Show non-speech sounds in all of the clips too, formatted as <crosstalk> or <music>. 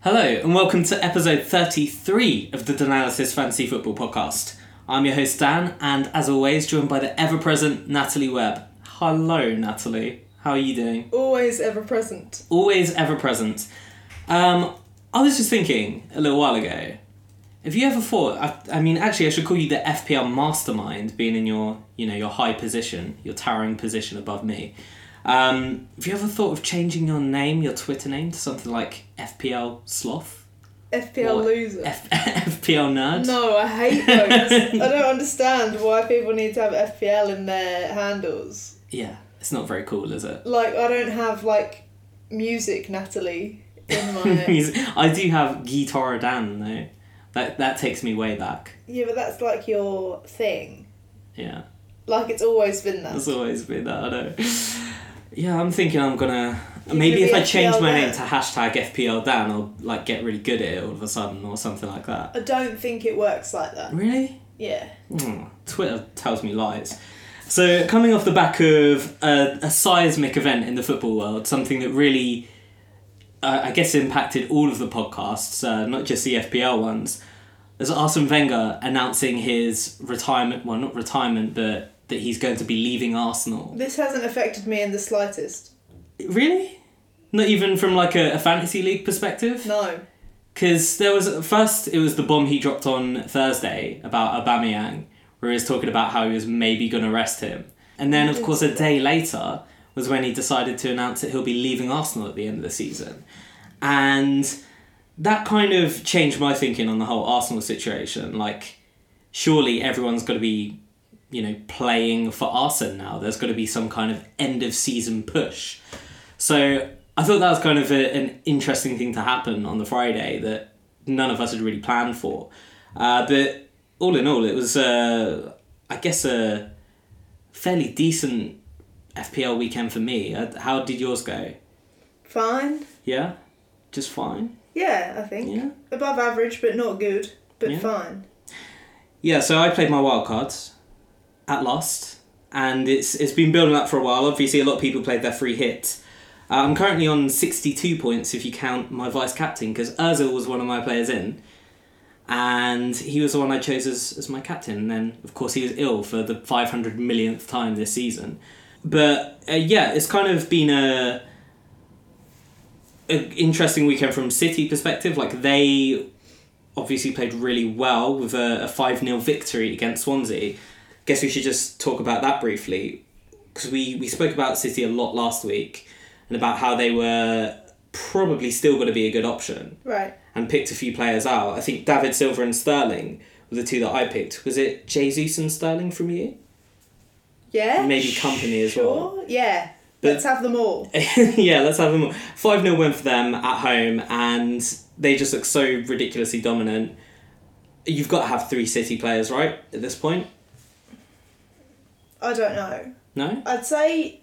Hello, and welcome to episode 33 of the Denalysis Fantasy Football Podcast. I'm your host, Dan, and as always, joined by the ever present Natalie Webb. Hello, Natalie. How are you doing? Always ever present. Always ever present. Um, I was just thinking a little while ago, have you ever thought, I, I mean, actually, I should call you the FPL mastermind, being in your, you know, your high position, your towering position above me. Um, have you ever thought of changing your name, your Twitter name, to something like FPL Sloth? FPL Or loser. F- <laughs> FPL nerd. no, I hate those. I don't understand why people need to have FPL in their handles. Yeah, it's not very cool, is it? Like I don't have like music Natalie in <laughs> my I do have Guitar Dan though. That that takes me way back. Yeah, but that's like your thing. Yeah, Like it's always been that. that's always been that. I know. Yeah, I'm thinking I'm gonna You're maybe gonna if be I change FPL my name Dan. to hashtag FPL Dan, I'll like get really good at it all of a sudden or something like that. I don't think it works like that. Really? Yeah. Hmm, Twitter tells me lies. So, coming off the back of a, a seismic event in the football world, something that really, uh, I guess, impacted all of the podcasts, uh, not just the FPL ones, there's Arsene Wenger announcing his retirement, well, not retirement, but that he's going to be leaving Arsenal. This hasn't affected me in the slightest. Really? Not even from like a, a fantasy league perspective? No. Because there was first, it was the bomb he dropped on Thursday about Aubameyang, where he was talking about how he was maybe going to arrest him, and then of course a day later was when he decided to announce that he'll be leaving Arsenal at the end of the season, and that kind of changed my thinking on the whole Arsenal situation. Like, surely everyone's got to be, you know, playing for Arsenal now. There's got to be some kind of end of season push. So I thought that was kind of a, an interesting thing to happen on the Friday that none of us had really planned for. Uh, but all in all, it was, uh, I guess, a fairly decent FPL weekend for me. Uh, How did yours go? Fine. Yeah? Just fine? Yeah, I think. Yeah? Above average but not good. But Yeah. fine. Yeah, so I played my wild cards at last, and it's it's been building up for a while. Obviously, a lot of people played their free hit. Uh, I'm currently on 62 points if you count my vice captain, because Ozil was one of my players in, and he was the one I chose as, as my captain. And then, of course, he was ill for the 500 millionth time this season. But uh, yeah, it's kind of been a, a interesting weekend from City perspective. Like they obviously played really well with a, a 5 0 victory against Swansea. Guess we should just talk about that briefly because we, we spoke about City a lot last week and about how they were probably still going to be a good option Right. and picked a few players out. I think David Silver and Sterling were the two that I picked. Was it Jesus and Sterling from you? <laughs> Yeah. Maybe company as well. Sure. Yeah. But- eh Let's have them all. yeah, let's have them. Five 0 win for them at home, and they just look so ridiculously dominant. You've got to have three City players, right? At this point, I don't know. no? I'd say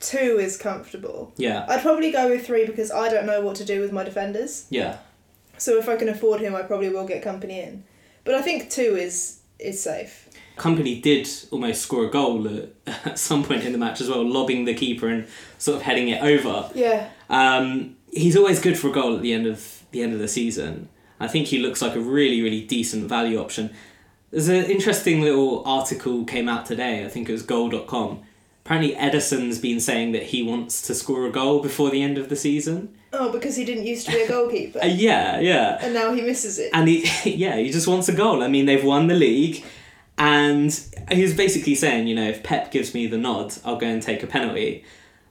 two is comfortable. Yeah, I'd probably go with three because I don't know what to do with my defenders. yeah, So if I can afford him, I probably will get company in. But I think two is is safe. Company did almost score a goal at, <laughs> at some point in the match as well, lobbing the keeper and sort of heading it over. Yeah. Um, he's always good for a goal at the end of the end of the season. I think he looks like a really really decent value option. There's an interesting little article came out today. I think it was goal.com. Apparently Edison's been saying that he wants to score a goal before the end of the season. Oh, because he didn't used to be a goalkeeper, Uh, yeah, yeah. and now he misses it. And he, <laughs> yeah, he just wants a goal. I mean, they've won the league, and he was basically saying, you know, if Pep gives me the nod, I'll go and take a penalty.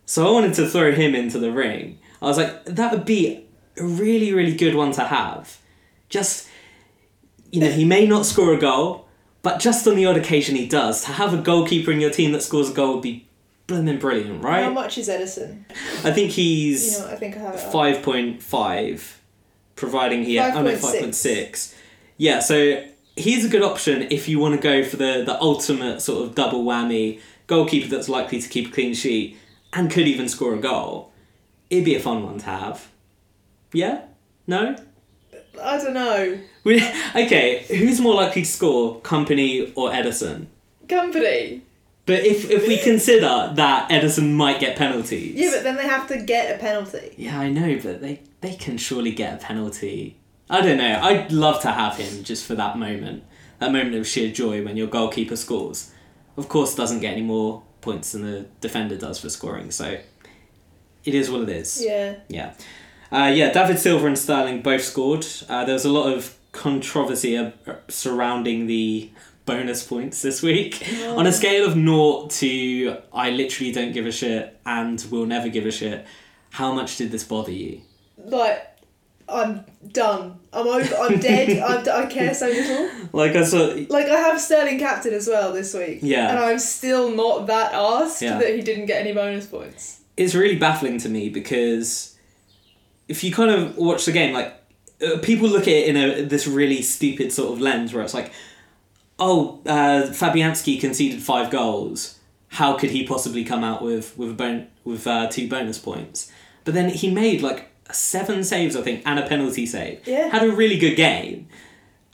So I wanted to throw him into the ring. I was like, that would be a really, really good one to have. Just, you know, he may not score a goal, but just on the odd occasion he does. To have a goalkeeper in your team that scores a goal would be blooming brilliant, How right? much is Edison? I think he's You know, what, I think I have it. up. five point five, providing he oh no 5.6. five point six. Yeah, so he's a good option if you want to go for the the ultimate sort of double whammy goalkeeper that's likely to keep a clean sheet and could even score a goal. It'd be a fun one to have. Yeah. No. <laughs> I don't know. We, okay, who's more likely to score, Company or Edison? Company. But if, if <laughs> we consider that Edison might get penalties. Yeah, but then they have to get a penalty. Yeah, I know, but they they can surely get a penalty. I don't know. I'd love to have him just for that moment. That moment of sheer joy when your goalkeeper scores. Of course, doesn't get any more points than the defender does for scoring. So it is what it is. Yeah. Yeah. Uh, yeah, David Silva and Sterling both scored. Uh, there was a lot of controversy uh, surrounding the bonus points this week. On a scale of naught to I literally don't give a shit and will never give a shit, how much did this bother you? Like, I'm done. I'm over. <laughs> I'm dead. I'm, d- I care so little. Like, I saw. Like, I have Sterling captain as well this week. Yeah. And I'm still not that asked Yeah. that he didn't get any bonus points. It's really baffling to me because if you kind of watch the game, like, uh, people look at it in a this really stupid sort of lens where it's like, oh, uh, Fabianski conceded five goals. How could he possibly come out with with a bon- with uh, two bonus points? But then he made like seven saves, I think, and a penalty save. Yeah. Had a really good game.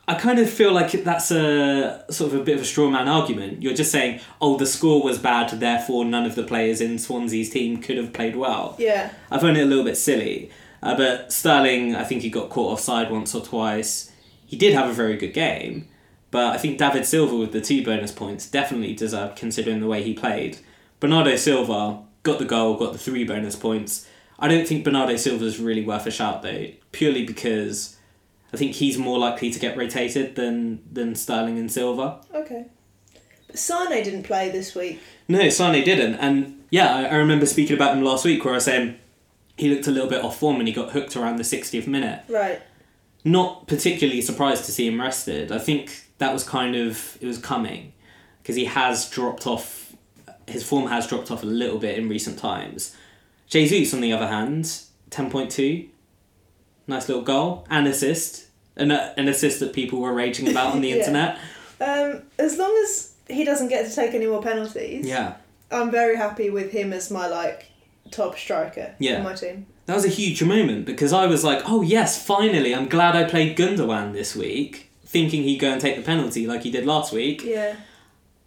I kind of feel like that's a sort of a bit of a straw man argument. You're just saying, oh, the score was bad, therefore none of the players in Swansea's team could have played well. Yeah. I found it a little bit silly. Uh, but Sterling, I think he got caught offside once or twice. He did have a very good game, but I think David Silva with the two bonus points definitely deserved considering the way he played. Bernardo Silva got the goal, got the three bonus points. I don't think Bernardo Silva's really worth a shout though, purely because I think he's more likely to get rotated than than Sterling and Silva. Okay. But Sane didn't play this week. No, Sane didn't. And yeah, I, I remember speaking about him last week where I was saying he looked a little bit off form and he got hooked around the 60th minute. Right. Not particularly surprised to see him rested. I think that was kind of, it was coming because he has dropped off, his form has dropped off a little bit in recent times. Jesus, on the other hand, 10.2, nice little goal and assist. An, an assist that people were raging about on the Yeah. internet. Um, as long as he doesn't get to take any more penalties, Yeah. I'm very happy with him as my like top striker Yeah. on my team. That was a huge moment because I was like, oh yes, finally, I'm glad I played Gundogan this week, thinking he'd go and take the penalty like he did last week. Yeah.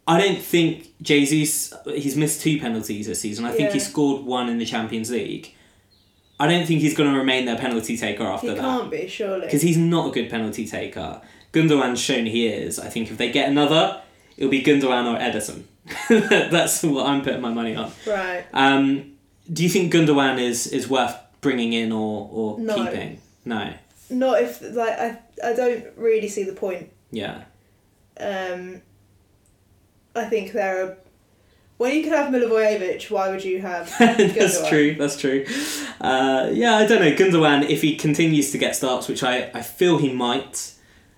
I don't think Jesus, he's missed two penalties this season. I think he Yeah. scored one in the Champions League. I don't think he's going to remain their penalty taker after He that can't be, surely. because he's not a good penalty taker. Gundogan's shown he is. I think if they get another, it'll be Gundogan or Edison. <laughs> That's what I'm putting my money on. Right. Um, do you think Gundogan is is worth bringing in or or No. keeping? No. Not if like I I don't really see the point. Yeah. Um I think there are when you could have Milivojevic, why would you have <laughs> that's Gundogan? true. That's true. Uh, yeah, I don't know. Gundogan, if he continues to get starts, which I, I feel he might,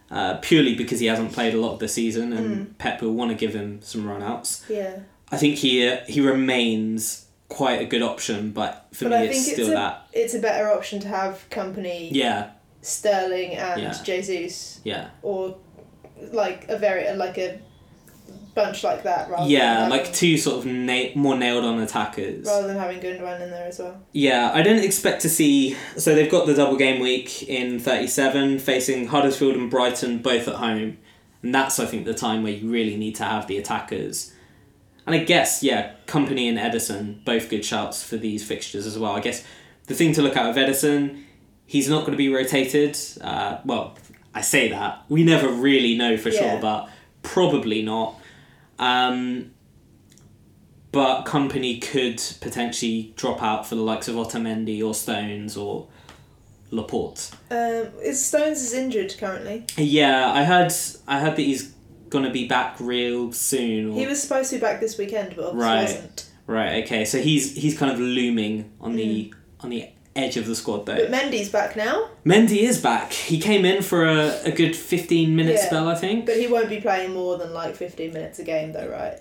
uh, purely because he hasn't played a lot this season and Mm. Pep will want to give him some run outs, Yeah. I think he uh, he remains quite a good option, but for But me I it's think it's still a, that. it's a better option to have company Yeah, Sterling and Yeah. Jesus yeah. or like a very like a bunch like that rather Yeah, than like having- two sort of na- more nailed on attackers. rather than having Gundogan in there as well. Yeah, I don't expect to see. So they've got the double game week in 37, facing Huddersfield and Brighton both at home. And that's, I think, the time where you really need to have the attackers. And I guess, yeah, Company and Edison, both good shouts for these fixtures as well. I guess the thing to look out of Edison, he's not going to be rotated. Uh, well, I say that. We never really know for Yeah. sure, but probably not. Um, but company could potentially drop out for the likes of Otamendi or Stones or Laporte. Um, is Stones is injured currently. Yeah, I heard. I heard that he's gonna be back real soon. Or, He was supposed to be back this weekend, but obviously Right. wasn't. right. Okay. So he's he's kind of looming on the Mm. on the edge of the squad though. But Mendy's back now, Mendy is back. He came in for a, a good fifteen minute Yeah. spell, I think. but he won't be playing more than like 15 minutes a game, though, right?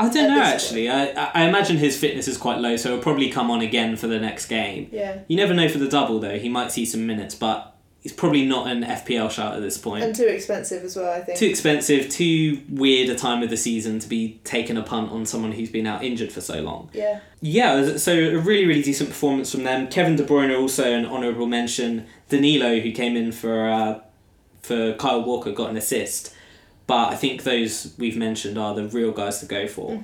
I don't at know this actually. I I I imagine his fitness is quite low, so he'll probably come on again for the next game. Yeah. You never know for the double though. He might see some minutes, but he's probably not an FPL shout at this point. And too expensive as well, I think. too expensive, too weird a time of the season to be taking a punt on someone who's been out injured for so long. Yeah. Yeah, so a really, really decent performance from them. Kevin De Bruyne also an honourable mention. Danilo, who came in for uh, for Kyle Walker, got an assist. But I think those we've mentioned are the real guys to go for.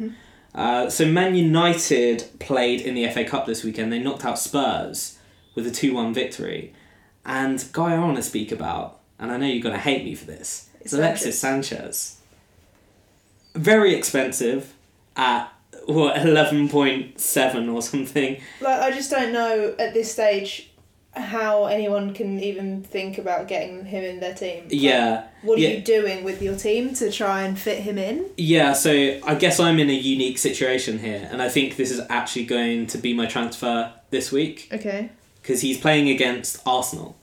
Uh, so Man United played in the FA Cup this weekend. They knocked out Spurs, with a 2 1 victory. And guy I want to speak about, and I know you're going to hate me for this, It's is Alexis Sanchez. Very expensive at what 11.7 or something. Like, I just don't know at this stage how anyone can even think about getting him in their team. Like, Yeah. What are Yeah. you doing with your team to try and fit him in? Yeah, so I guess I'm in a unique situation here, and I think this is actually going to be my transfer this week Okay. because he's playing against Arsenal,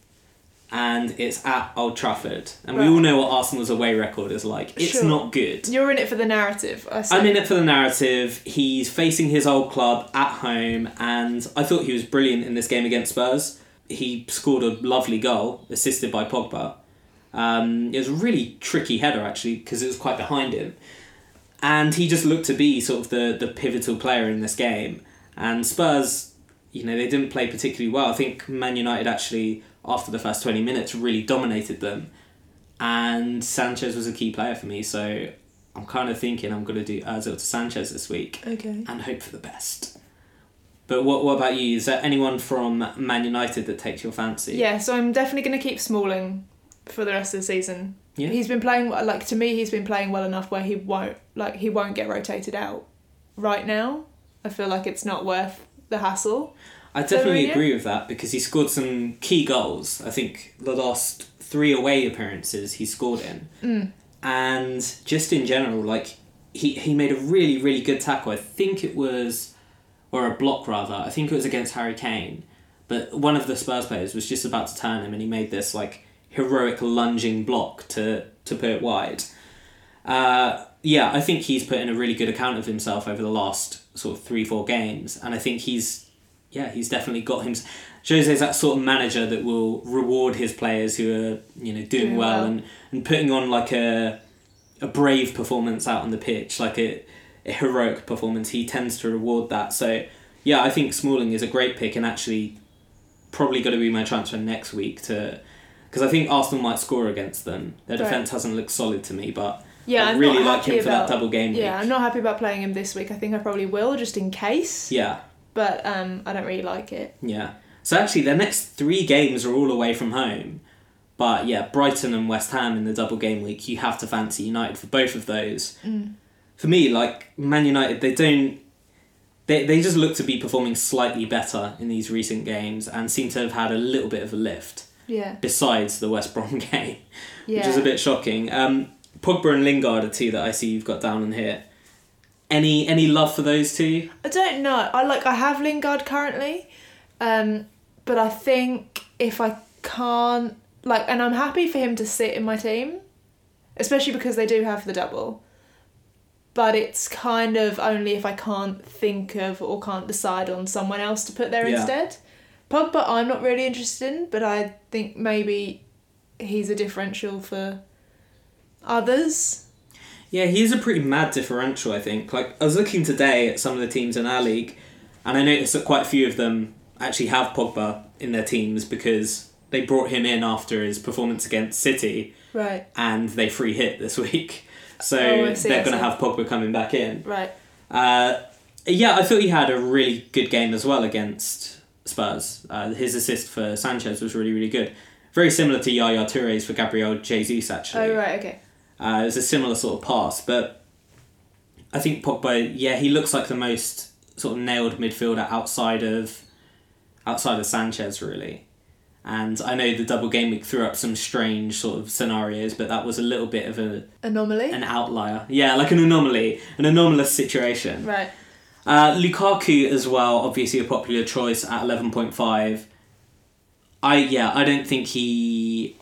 and it's at Old Trafford, and Right. we all know what Arsenal's away record is like. It's Sure. not good. You're in it for the narrative. I see. I'm in it for the narrative. He's facing his old club at home, and I thought he was brilliant in this game against Spurs. He scored a lovely goal, assisted by Pogba. Um, it was a really tricky header, actually, because it was quite behind him. And he just looked to be sort of the, the pivotal player in this game. And Spurs, you know, they didn't play particularly well. I think Man United actually, after the first 20 minutes, really dominated them and Sanchez was a key player for me. So I'm kind of thinking I'm going to do Ozil to Sanchez this week Okay. and hope for the best. But what what about you? Is there anyone from Man United that takes your fancy? Yeah, so I'm definitely going to keep Smalling for the rest of the season. Yeah. He's been playing like to me he's been playing well enough where he won't like he won't get rotated out right now. I feel like it's not worth the hassle. I definitely Mourinho? agree with that because he scored some key goals. I think the last three away appearances he scored in, and just in general, like he he made a really really good tackle. I think it was, or a block rather. I think it was against Harry Kane, but one of the Spurs players was just about to turn him, and he made this like heroic lunging block to to put it wide. Uh, yeah, I think he's put in a really good account of himself over the last sort of three four games, and I think he's yeah, he's definitely got him. Jose's that sort of manager that will reward his players who are you know doing, Doing well, well. and and putting on like a a brave performance out on the pitch, like a, a heroic performance. He tends to reward that. So yeah, I think Smalling is a great pick and actually probably going to be my transfer next week to because I think Arsenal might score against them. Their Right. defense hasn't looked solid to me, but Yeah, I I'm really not like happy him for about, that double game Yeah, week. I'm not happy about playing him this week. I think I probably will just in case. Yeah, But um I don't really like it. yeah. So actually, their next three games are all away from home. But yeah, Brighton and West Ham in the double game week, you have to fancy United for both of those. Mm. For me, like Man United, they don't. They, they just look to be performing slightly better in these recent games and seem to have had a little bit of a lift Yeah. besides the West Brom <laughs> game. Yeah. which is a bit shocking. Um, Pogba and Lingard are two that I see you've got down on here. Any any love for those two? I don't know. I like I have Lingard currently, um, but I think if I can't like, and I'm happy for him to sit in my team, especially because they do have the double. But it's kind of only if I can't think of or can't decide on someone else to put there Yeah. instead. Pogba, I'm not really interested in, but I think maybe he's a differential for others. Yeah, he is a pretty mad differential. I think. Like I was looking today at some of the teams in our league, and I noticed that quite a few of them actually have Pogba in their teams because they brought him in after his performance against City, Right. and they free hit this <laughs> week. So Oh, I see, they're I going to see. have Pogba coming back in. Right. Uh, yeah, I thought he had a really good game as well against Spurs. Uh, his assist for Sanchez was really, really good. Very similar to Yaya Touré's for Gabriel Jesus, actually. Oh right. Okay. Uh, it was a similar sort of pass, but I think Pogba, yeah, he looks like the most sort of nailed midfielder outside of outside of Sanchez, really. And I know the double game week threw up some strange sort of scenarios, but that was a little bit of a, Anomaly. an outlier. Yeah, like an anomaly, an anomalous situation. right. Uh, Lukaku as well, obviously a popular choice at eleven point five. I yeah, I don't think he,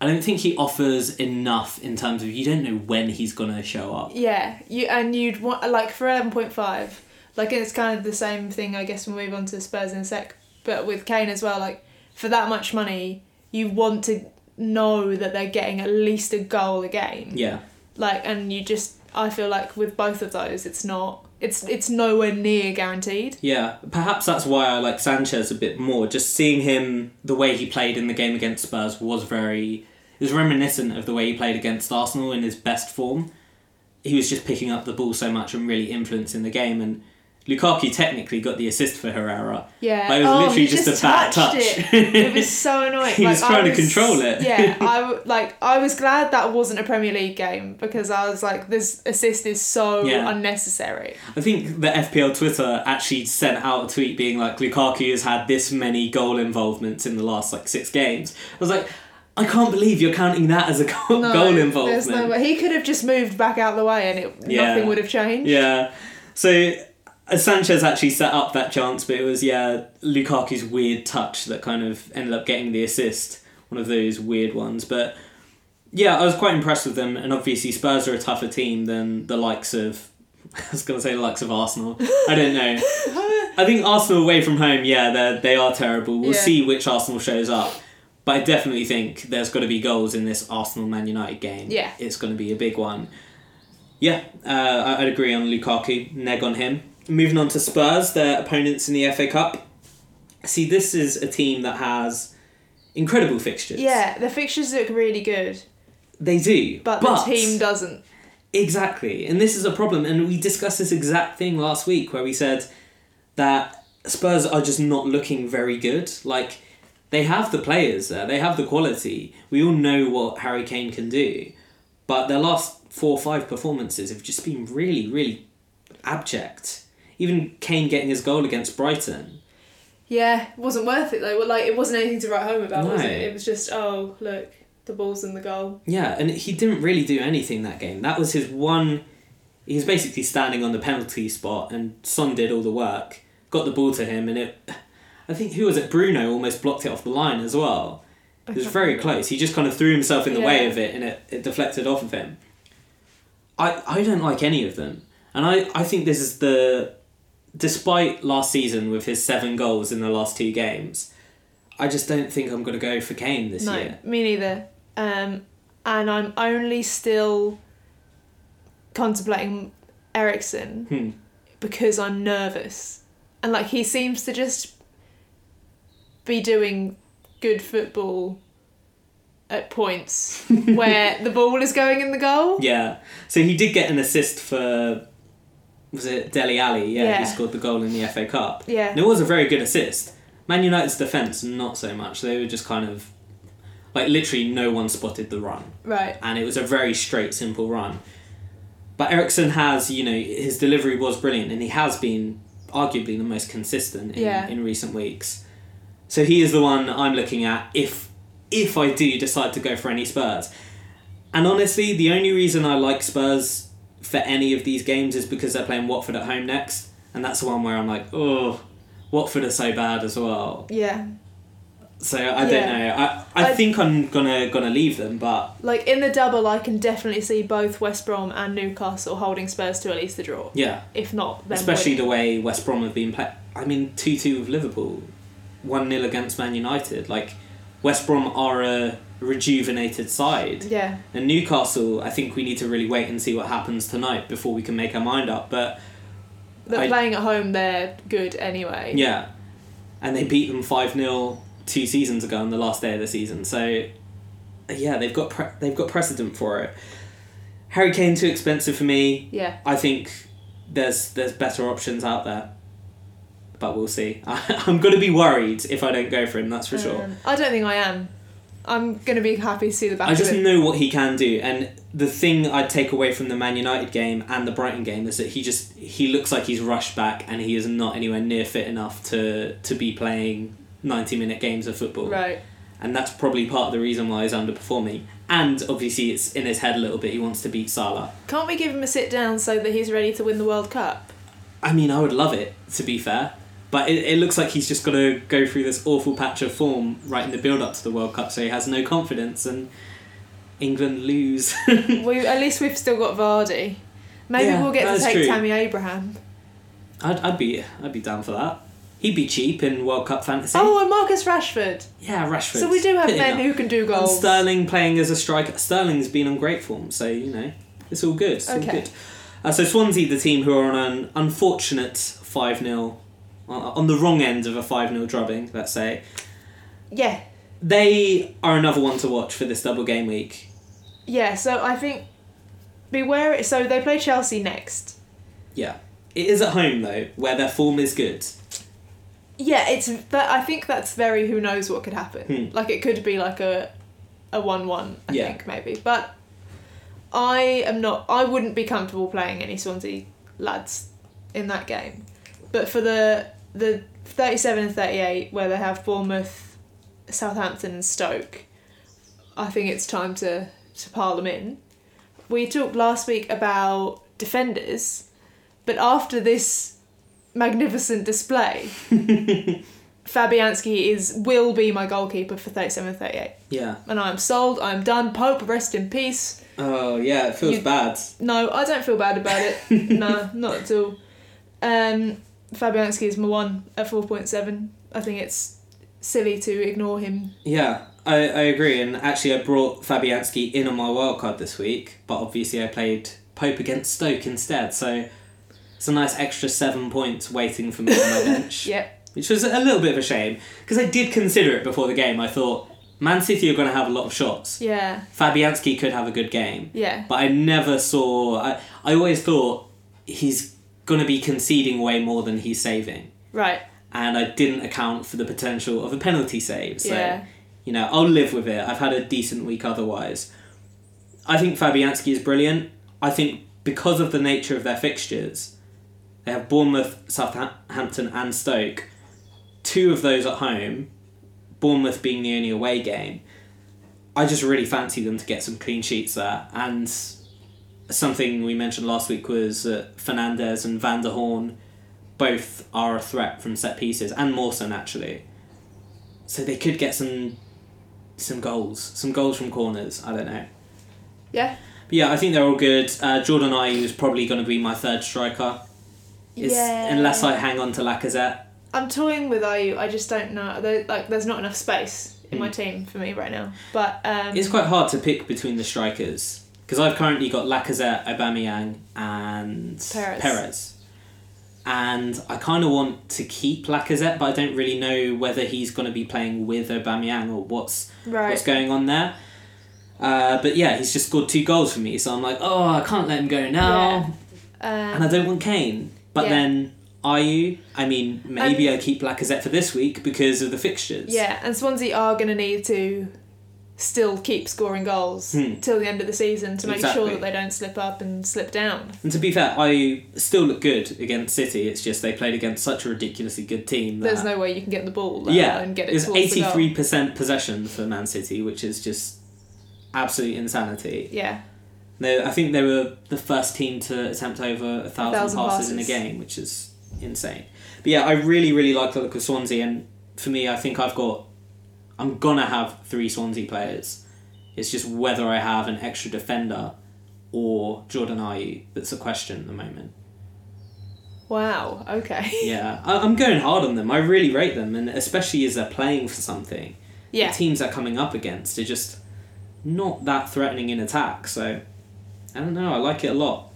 I don't think he offers enough in terms of you don't know when he's gonna show up. Yeah, you and you'd want like for eleven point five, like it's kind of the same thing. I guess we'll move on to Spurs in a sec, but with Kane as well. Like for that much money, you want to know that they're getting at least a goal a game. Yeah, Like, and you just I feel like with both of those, it's not it's it's nowhere near guaranteed. yeah. Perhaps that's why I like Sanchez a bit more. Just seeing him, the way he played in the game against Spurs was very, it was reminiscent of the way he played against Arsenal in his best form. He was just picking up the ball so much and really influencing the game and. Lukaku technically got the assist for Herrera. Yeah. Like, it was oh, literally he just a bad touched touch. <laughs> It. it was so annoying. He Like, was trying I to control it. yeah, <laughs> I w- like I was glad that wasn't a Premier League game because I was like, this assist is so Yeah. unnecessary. I think the FPL Twitter actually sent out a tweet being like Lukaku has had this many goal involvements in the last like six games. I was like, I can't believe you're counting that as a goal, No, goal involvement. There's no way. He could have just moved back out the way and it Yeah. nothing would have changed. Yeah. So uh, Sanchez actually set up that chance, but it was yeah Lukaku's weird touch that kind of ended up getting the assist. One of those weird ones, but yeah, I was quite impressed with them. And obviously, Spurs are a tougher team than the likes of. <laughs> I was gonna say the likes of Arsenal. I don't know. I think Arsenal away from home, yeah, they they are terrible. We'll Yeah. see which Arsenal shows up. But I definitely think there's got to be goals in this Arsenal Man United game. Yeah. It's going to be a big one. Yeah, uh, I- I'd agree on Lukaku. Neg on him. Moving on to Spurs, their opponents in the FA Cup. See, this is a team that has incredible fixtures. Yeah, the fixtures look really good, They do. but, the team doesn't. Exactly. And this is a problem. And we discussed this exact thing last week where we said that Spurs are just not looking very good. Like, they have the players there, they have the quality. We all know what Harry Kane can do. But their last four or five performances have just been really, really abject. Even Kane getting his goal against Brighton. Yeah, wasn't worth it though. Like it wasn't anything to write home about, was No. it? It was just oh look, the ball's in the goal. Yeah, and he didn't really do anything that game. That was his one. He was basically standing on the penalty spot, and Son did all the work. Got the ball to him, and it. I think who was it? Bruno almost blocked it off the line as well. It was very close. He just kind of threw himself in the way Yeah. of it, and it, it deflected off of him. I I don't like any of them, and I I think this is the. Despite last season with his seven goals in the last two games, I just don't think I'm going to go for Kane this no, year. me neither. Um, and I'm only still contemplating Ericsson Hmm. because I'm nervous, and like he seems to just be doing good football <laughs> at points where the ball is going in the goal. Yeah. So he did get an assist for was it Deli Alley? Yeah, Yeah. he scored the goal in the FA Cup. Yeah. And it was a very good assist. Man United's defence not so much. They were just kind of like literally no one spotted the run. Right. And it was a very straight, simple run. But Ericsson has, you know, his delivery was brilliant and he has been arguably the most consistent in, Yeah. in recent weeks. So he is the one I'm looking at if if I do decide to go for any Spurs. And honestly, the only reason I like Spurs for any of these games is because they're playing Watford at home next, and that's the one where I'm like, oh, Watford are so bad as well. Yeah. So I don't Yeah. know. I, I, I- think I'm gonna gonna leave them, but Like in the double, I can definitely see both West Brom and Newcastle holding Spurs to at least the draw, yeah, if not them especially winning. the way West Brom have been playing. I mean, two two with Liverpool, one 0 against Man United. Like West Brom are a rejuvenated side. Yeah. And Newcastle, I think we need to really wait and see what happens tonight before we can make our mind up. But They're I- playing at home, they're good anyway. Yeah. And they beat them 5 0 two seasons ago on the last day of the season. So, yeah, they've got pre- they've got precedent for it. Harry Kane too expensive for me. Yeah. I think there's there's better options out there. But we'll see. <laughs> I'm going to be worried if I don't go for him, that's for sure. Um, I don't think I am. I'm going to be happy to see the back I just of it. know what he can do, and the thing I'd take away from the Man United game and the Brighton game is that he just he looks like he's rushed back, and he is not anywhere near fit enough to to be playing ninety minute games of football, Right. and that's probably part of the reason why he's underperforming. And obviously, it's in his head a little bit. He wants to beat Salah. Can't we give him a sit down so that he's ready to win the World Cup? I mean, I would love it to be fair, but it, it looks like he's just got to go through this awful patch of form right in the build up to the World Cup, so he has no confidence, and England lose. <laughs> we at least we've still got Vardy. Maybe Yeah, we'll get that to is take true. Tammy Abraham. I'd, I'd be I'd be down for that. He'd be cheap in World Cup fantasy. Oh, and Marcus Rashford. yeah, Rashford. So we do have Put him men up. who can do And goals. Sterling playing as a striker. Sterling's been on great form, so you know it's all good. It's all Okay. good. Uh, so Swansea, the team who are on an unfortunate five 0 on the wrong end of a five 0 drubbing, let's say. Yeah. They are another one to watch for this double game week. Yeah, so I think beware it. So they play Chelsea next. Yeah, It is at home though, where their form is good. Yeah, it's that. I think that's very who knows what could happen. Hmm. Like it could be like a, a one-one. I Yeah. think maybe, but I am not. I wouldn't be comfortable playing any Swansea lads in that game. But for the the thirty-seven and thirty-eight, where they have Bournemouth, Southampton, and Stoke, I think it's time to to pile them in. We talked last week about defenders, but after this magnificent display. Fabianski is will be my goalkeeper for 37 38. Yeah. And I'm sold, I'm done. Pope, rest in peace. Oh yeah, it feels You- bad. No, I don't feel bad <laughs> about it. no, not at all. Um, Fabianski is my one at 4.7. I think it's silly to ignore him. Yeah, I, I agree. And actually, I brought Fabianski in on my wildcard this week, but obviously I played Pope against Stoke instead. So it's a nice extra seven points waiting for me on <laughs> my bench, Yep. which was a little bit of a shame because I did consider it before the game. I thought Man City are going to have a lot of shots. Yeah. Fabianski could have a good game, Yeah. but I never saw. I, I always thought he's going to be conceding way more than he's saving. Right. And I didn't account for the potential of a penalty save. So Yeah. you know, I'll live with it. I've had a decent week otherwise. I think Fabianski is brilliant. I think because of the nature of their fixtures, they have Bournemouth, Southampton, and Stoke. Two of those at home, Bournemouth being the only away game. I just really fancy them to get some clean sheets there. And something we mentioned last week was uh, Fernandez and Van der Horn both are a threat from set pieces, and Mawson actually. So they could get some some goals, some goals from corners. I don't know. Yeah. But yeah, I think they're all good. Uh, Jordan Ayew is probably going to be my third striker, is, yeah. unless I hang on to Lacazette. I'm toying with IU. I just don't know. There, like, there's not enough space in my team for me right now. But um, Hmm. It's quite hard to pick between the strikers because I've currently got Lacazette, Aubameyang, and Perez. And I kind of want to keep Lacazette, but I don't really know whether he's going to be playing with Aubameyang or what's right. what's going on there. Uh, but yeah, he's just scored two goals for me, so I'm like, oh, I can't let him go now. Yeah. Um, and I don't want Kane. But Yeah. then, are you? I mean, maybe I keep Lacazette for this week because of the fixtures. Yeah, and Swansea are going to need to still keep scoring goals Hmm. till the end of the season to make Exactly. sure that they don't slip up and slip down. And to be fair, I still look good against City. It's just they played against such a ridiculously good team. That, There's no way you can get the ball like, yeah, and get it it's towards the goal. 83 percent possession for Man City, which is just absolute insanity. Yeah, They, I think they were the first team to attempt over a thousand, thousand passes, in a passes. game, which is insane. But yeah, I really, really like the look of Swansea, and for me, I think I've got, I'm gonna have three Swansea players. It's just whether I have an extra defender or Jordan Ayew that's a question at the moment. wow, okay. <laughs> Yeah, I, I'm going hard on them. I really rate them, and especially as they're playing for something. Yeah, The teams they're coming up against are just not that threatening in attack. So I don't know. I like it a lot.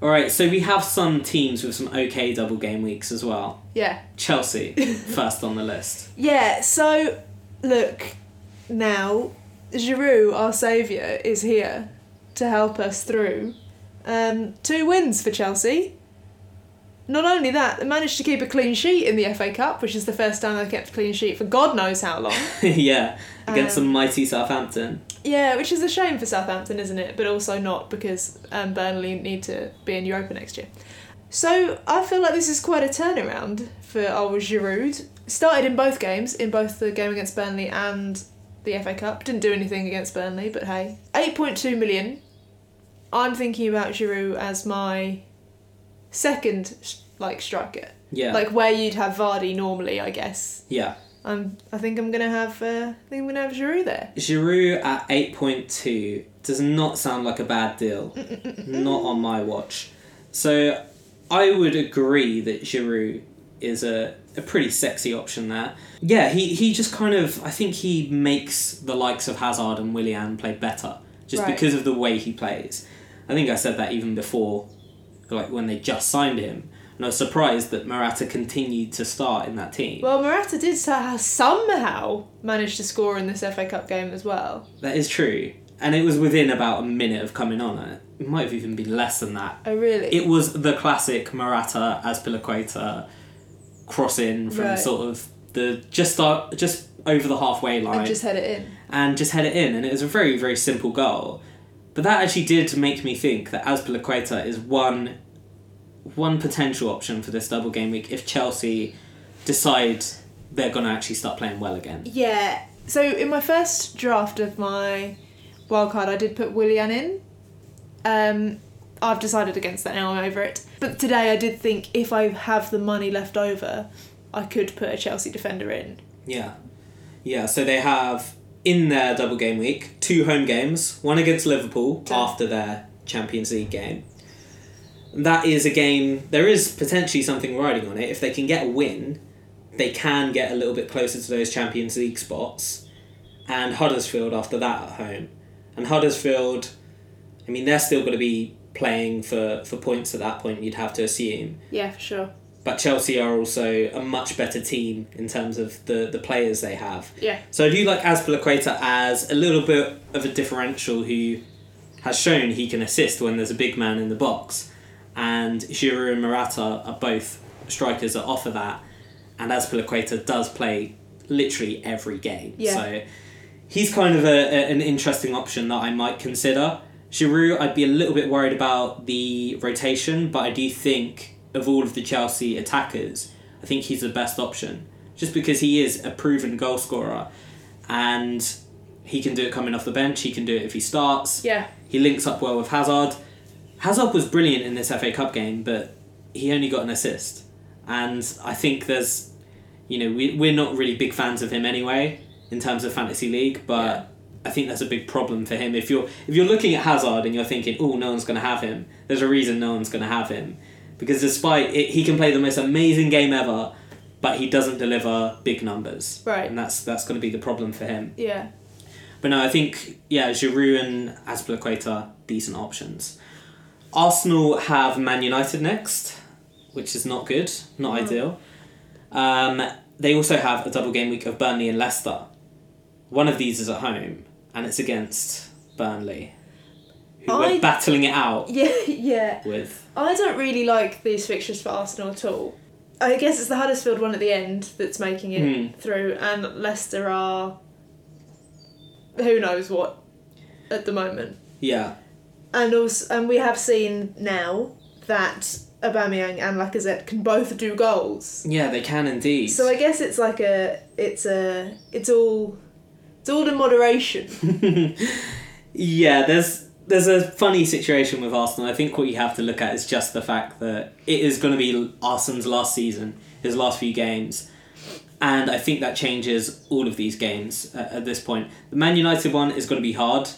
All right, so we have some teams with some okay double game weeks as well. yeah. Chelsea <laughs> first on the list. <laughs> Yeah, so look, now Giroud, our saviour, is here to help us through. Um, two wins for Chelsea. Not only that, they managed to keep a clean sheet in the FA Cup, which is the first time they've kept a clean sheet for God knows how long. yeah, against Um, some mighty Southampton. yeah, which is a shame for Southampton, isn't it? But also not because um, Burnley need to be in Europa next year. So I feel like this is quite a turnaround for our Giroud. Started in both games, in both the game against Burnley and the FA Cup. Didn't do anything against Burnley, but hey. 8.2 million. I'm thinking about Giroud as my second like striker. Yeah, Like where you'd have Vardy normally, I guess. yeah. I'm I think I'm going to have uh, I think I'm going to have Giroud there. Giroud at eight point two does not sound like a bad deal. not on my watch. So I would agree that Giroud is a, a pretty sexy option there. Yeah, he, he just kind of I think he makes the likes of Hazard and Willian play better just Right. because of the way he plays. I think I said that even before like when they just signed him. And I was surprised that Morata continued to start in that team. Well, Morata did somehow somehow manage to score in this FA Cup game as well. that is true. and it was within about a minute of coming on. It might have even been less than that. Oh really? It was the classic Maratta Azpilicueta crossing from Right. sort of the just start, just over the halfway line I just had it in. and just head it in. And it was a very, very simple goal. But that actually did make me think that Azpilicueta is one one potential option for this double game week if Chelsea decide they're going to actually start playing well again. Yeah. So in my first draft of my wild card, I did put Willian in. Um, I've decided against that now. I'm over it. But today I did think if I have the money left over, I could put a Chelsea defender in. Yeah. Yeah, so they have in their double game week two home games, one against Liverpool Yeah. after their Champions League game. That is a game, there is potentially something riding on it. If they can get a win, they can get a little bit closer to those Champions League spots. And Huddersfield after that at home. And Huddersfield, I mean, they're still going to be playing for, for points at that point, you'd have to assume. Yeah, for sure. But Chelsea are also a much better team in terms of the, the players they have. Yeah. So I do like Azpilicueta as a little bit of a differential who has shown he can assist when there's a big man in the box. And Giroud and Morata are both strikers that offer that. And Azpilicueta does play literally every game. Yeah. So he's kind of a, a- an interesting option that I might consider. Giroud, I'd be a little bit worried about the rotation, but I do think of all of the Chelsea attackers, I think he's the best option. Just because he is a proven goal scorer and he can do it coming off the bench, he can do it if he starts. Yeah. He links up well with Hazard. Hazard was brilliant in this FA Cup game, but he only got an assist. And I think there's, you know, we, we're not really big fans of him anyway in terms of fantasy league, but I Yeah. think that's a big problem for him. If you're if you're looking at Hazard and you're thinking, oh, no one's going to have him, there's a reason no one's going to have him, because despite it, he can play the most amazing game ever, but he doesn't deliver big numbers, Right. and that's that's going to be the problem for him. Yeah. <laughs> But no, I think yeah, Giroud and Azpilicueta decent options. Arsenal have Man United next, which is not good, not ideal. Um, they also have a double game week of Burnley and Leicester. One of these is at home, and it's against Burnley, who I- we're battling it out Yeah, yeah. with. I don't really like these fixtures for Arsenal at all. I guess it's the Huddersfield one at the end that's making it Mm. through, and Leicester are who knows what at the moment. Yeah, And also, and we have seen now that Aubameyang and Lacazette can both do goals. yeah, they can indeed. So I guess it's like a, it's a, it's all, it's all in moderation. yeah, there's there's a funny situation with Arsenal. I think what you have to look at is just the fact that it is going to be Arsenal's last season, his last few games, and I think that changes all of these games at, at this point. The Man United one is going to be hard.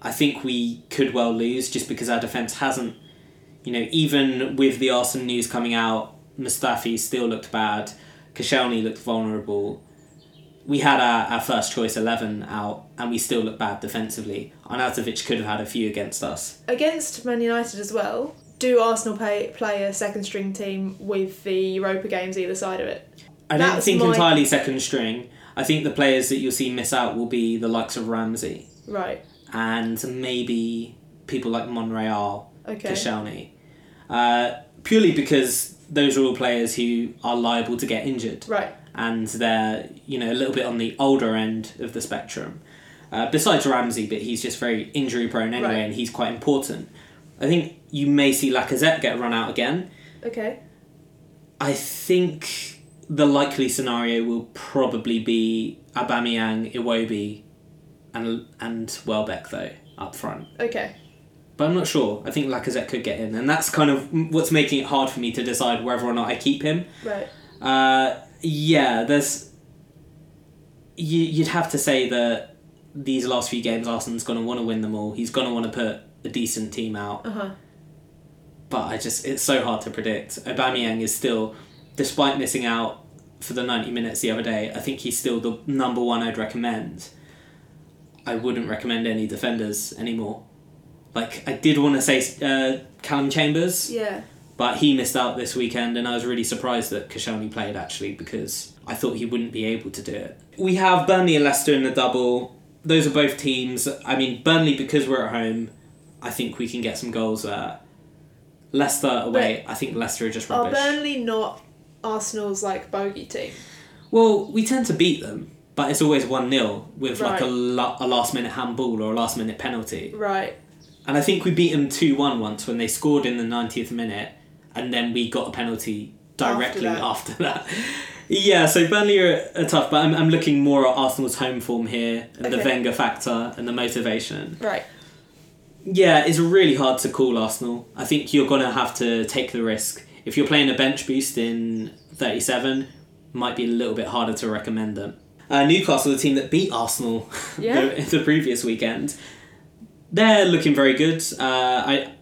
I think we could well lose just because our defense hasn't, you know, even with the Arsenal news coming out, Mustafi still looked bad, Koscielny looked vulnerable we had our, our first choice 11 out and we still look bad defensively. Arnautovic could have had a few against us. Against Man United as well. Do Arsenal play play a second string team with the Europa games either side of it? I don't That's think my- entirely second string. I think the players that you'll see miss out will be the likes of Ramsey Right. and maybe people like Monreal, Okay. Koscielny. Uh, purely because those are all players who are liable to get injured. Right. and they're you know a little bit on the older end of the spectrum. Uh, besides Ramsey, but he's just very injury prone anyway, Right. and he's quite important. I think you may see Lacazette get run out again. Okay. I think the likely scenario will probably be Abamyang, Iwobi, and and Welbeck though up front. Okay. But I'm not sure. I think Lacazette could get in, and that's kind of what's making it hard for me to decide whether or not I keep him. Right. Uh, yeah, there's. You, you'd have to say that these last few games, Arsenal's going to want to win them all. He's going to want to put a decent team out. Uh huh. But I just, it's so hard to predict. Aubameyang is still, despite missing out for the 90 minutes the other day, I think he's still the number one I'd recommend. I wouldn't recommend any defenders anymore. Like, I did want to say uh, Callum Chambers Yeah. but he missed out this weekend, and I was really surprised that Kashani played actually because I thought he wouldn't be able to do it. We have Burnley and Leicester in the double. those are both teams. I mean, Burnley because we're at home, I think we can get some goals there. Leicester away, I think Leicester are just Are rubbish. Burnley not Arsenal's like bogey team? Well, we tend to beat them, but it's always 1 0 with like a, Right. la- a last minute handball or a last minute penalty. Right. And I think we beat them 2 1 once when they scored in the 90th minute and then we got a penalty directly after After that. yeah, so Burnley are, are tough, but I'm, I'm looking more at Arsenal's home form here and the Okay. Wenger factor and the motivation. Right. Yeah, it's really hard to call Arsenal. I think you're going to have to take the risk. If you're playing a bench boost in 37, might be a little bit harder to recommend them. Uh, Newcastle, the team that beat Arsenal <laughs> Yeah. the, the previous weekend, they're looking very good. Uh, I,